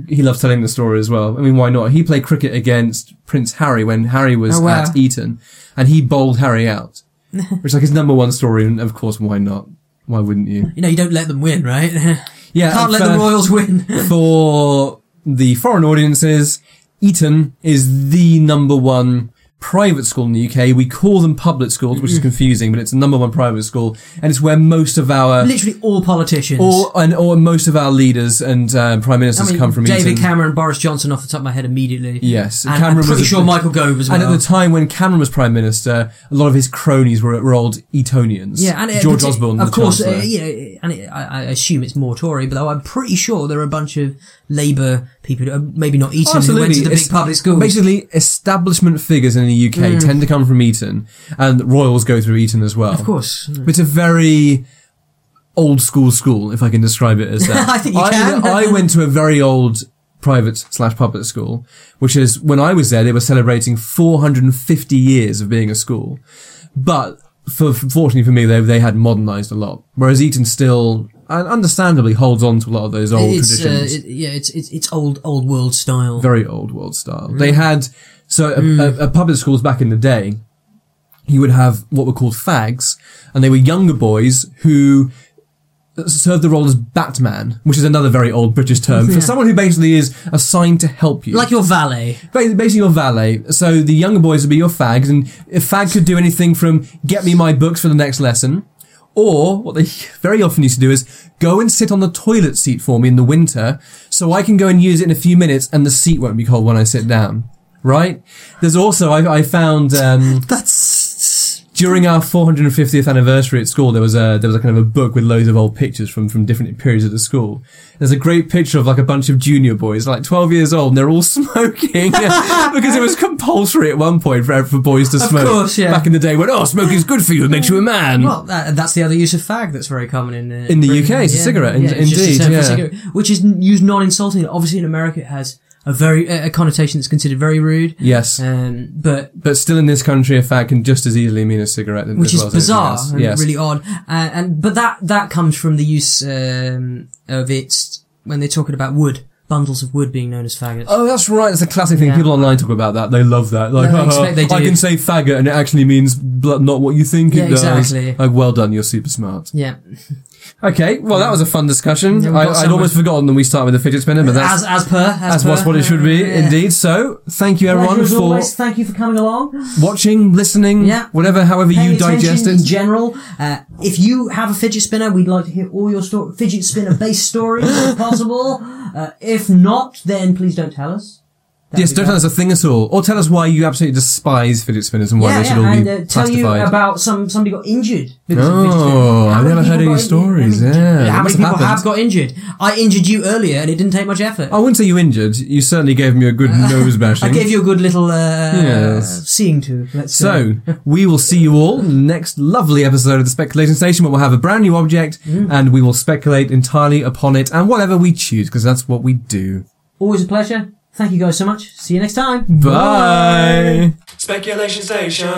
Speaker 2: He loves telling the story as well. I mean, why not? He played cricket against Prince Harry when Harry was
Speaker 3: Oh, wow.
Speaker 2: at Eton, and he bowled Harry out, which is like his number one story. And of course, why not? Why wouldn't you?
Speaker 3: you know, you don't let them win, right?
Speaker 2: Yeah,
Speaker 3: Can't
Speaker 2: and
Speaker 3: let the
Speaker 2: for-
Speaker 3: Royals win.
Speaker 2: for the foreign audiences. Eton is the number one private school in the UK. We call them public schools, which is
Speaker 3: Mm-hmm.
Speaker 2: confusing, but it's the number one private school, and it's where most of our
Speaker 3: Literally all politicians.
Speaker 2: or and or most of our leaders and uh, prime
Speaker 3: I
Speaker 2: ministers
Speaker 3: mean,
Speaker 2: come from
Speaker 3: David
Speaker 2: Eton.
Speaker 3: Cameron, Boris Johnson off the top of my head immediately.
Speaker 2: Yes,
Speaker 3: And
Speaker 2: Cameron
Speaker 3: I'm pretty
Speaker 2: was a-
Speaker 3: sure Michael Gove as well.
Speaker 2: And at the time when Cameron was prime minister, a lot of his cronies were, were old Etonians.
Speaker 3: Yeah, and it-
Speaker 2: George
Speaker 3: but it-
Speaker 2: Osborne,
Speaker 3: of
Speaker 2: the
Speaker 3: course. Uh,
Speaker 2: Chancellor.
Speaker 3: yeah, and it, I, I assume it's more Tory, but I'm pretty sure there are a bunch of Labour people, who- uh, maybe not Eton, who went to the big
Speaker 2: It's-
Speaker 3: public schools. Mm.
Speaker 2: Basically, establishment figures in the UK tend to come from Eton, and royals go through Eton as well.
Speaker 3: of course.
Speaker 2: But it's a very old school school, if I can describe it as that.
Speaker 3: I think you can.
Speaker 2: I went to a very old private slash public school, which is when I was there, they were celebrating 450 years of being a school. But for, fortunately for me, they, they had modernized a lot. Whereas Eton still, and understandably, holds on to a lot of those old
Speaker 3: it's, uh,
Speaker 2: traditions.
Speaker 3: it- yeah, it's, it's it's old old world style.
Speaker 2: very old world style. They had, so a, a, a public schools back in the day, you would have what were called fags, and they were younger boys who served the role as Batman, which is another very old British term for
Speaker 3: Yeah.
Speaker 2: someone who basically is assigned to help you.
Speaker 3: like your valet.
Speaker 2: Ba- basically your valet. So the younger boys would be your fags, and a fag could do anything from get me my books for the next lesson, or what they very often used to do is go and sit on the toilet seat for me in the winter, so I can go and use it in a few minutes, and the seat won't be cold when I sit down. Right? There's also I, I found um,
Speaker 3: That's
Speaker 2: during our 450th anniversary at school, there was a there was a kind of a book with loads of old pictures from from different periods of the school. There's a great picture of like a bunch of junior boys, like 12 years old, and they're all smoking because it was compulsory at one point for, for boys to smoke.
Speaker 3: course, yeah.
Speaker 2: Back in the day, when oh, smoking's good for you, it makes you a man.
Speaker 3: well, that, that's the other use of fag that's very common in uh,
Speaker 2: In the
Speaker 3: Britain.
Speaker 2: UK, it's a cigarette, in-
Speaker 3: it's just a
Speaker 2: indeed,
Speaker 3: term for
Speaker 2: yeah.
Speaker 3: cigarette, which is n- used non-insulting. Obviously, in America, it has a very a connotation that's considered very rude.
Speaker 2: Yes.
Speaker 3: Um, but
Speaker 2: but still, in this country, a fag can just as easily mean a cigarette, than-
Speaker 3: which
Speaker 2: as
Speaker 3: is
Speaker 2: well as anything
Speaker 3: bizarre
Speaker 2: else.
Speaker 3: and
Speaker 2: Yes.
Speaker 3: really odd. Uh, and but that that comes from the use um, of it when they're talking about wood bundles of wood being known as faggots.
Speaker 2: Oh, that's right. That's a classic thing.
Speaker 3: Yeah.
Speaker 2: People online talk about that. They love that. Like,
Speaker 3: No, I
Speaker 2: "Oh,
Speaker 3: expect they
Speaker 2: I
Speaker 3: do."
Speaker 2: can say faggot and it actually means bl- not what you think
Speaker 3: Yeah,
Speaker 2: it does.
Speaker 3: exactly.
Speaker 2: Like, well done. You're super smart.
Speaker 3: Yeah,
Speaker 2: Okay. Well, that was a fun discussion.
Speaker 3: Yeah, we've
Speaker 2: I,
Speaker 3: got
Speaker 2: I'd
Speaker 3: somewhere.
Speaker 2: almost forgotten that we start with a fidget spinner, but that's,
Speaker 3: as as per
Speaker 2: that's
Speaker 3: as,
Speaker 2: what's
Speaker 3: per.
Speaker 2: what it should be
Speaker 3: Yeah.
Speaker 2: indeed. So thank you everyone
Speaker 3: Pleasure as
Speaker 2: for
Speaker 3: always. Thank you for coming along.
Speaker 2: watching, listening,
Speaker 3: Yeah.
Speaker 2: whatever, however
Speaker 3: Paying
Speaker 2: you digest
Speaker 3: attention in
Speaker 2: it.
Speaker 3: general. Uh, if you have a fidget spinner, we'd like to hear all your sto- fidget spinner based stories if possible. Uh, if not, then please don't tell us. That'd
Speaker 2: Yes,
Speaker 3: be
Speaker 2: don't
Speaker 3: great.
Speaker 2: tell us a thing at all, or tell us why you absolutely despise fidget spinners and why they should all
Speaker 3: and
Speaker 2: be
Speaker 3: uh, tell you
Speaker 2: plastified.
Speaker 3: about some somebody got injured. Because
Speaker 2: Oh,
Speaker 3: of fidget spinners. How
Speaker 2: I've
Speaker 3: many
Speaker 2: never heard
Speaker 3: people
Speaker 2: any
Speaker 3: got
Speaker 2: stories,
Speaker 3: how many-
Speaker 2: yeah, that
Speaker 3: how many
Speaker 2: must
Speaker 3: people
Speaker 2: have
Speaker 3: have
Speaker 2: happened. Oh,
Speaker 3: got injured? I injured you earlier, and it didn't take much effort.
Speaker 2: I wouldn't say you injured. You certainly gave me a good nose bashing.
Speaker 3: I gave you a good little uh,
Speaker 2: Yes.
Speaker 3: seeing to. Let's uh, say.
Speaker 2: So we will see you all next lovely episode of the Speculation Station, where we'll have a brand new object and we will speculate entirely upon it and whatever we choose, because that's what we do.
Speaker 3: always a pleasure. Thank you guys so much. See you next time.
Speaker 2: Bye.
Speaker 1: Speculation Station.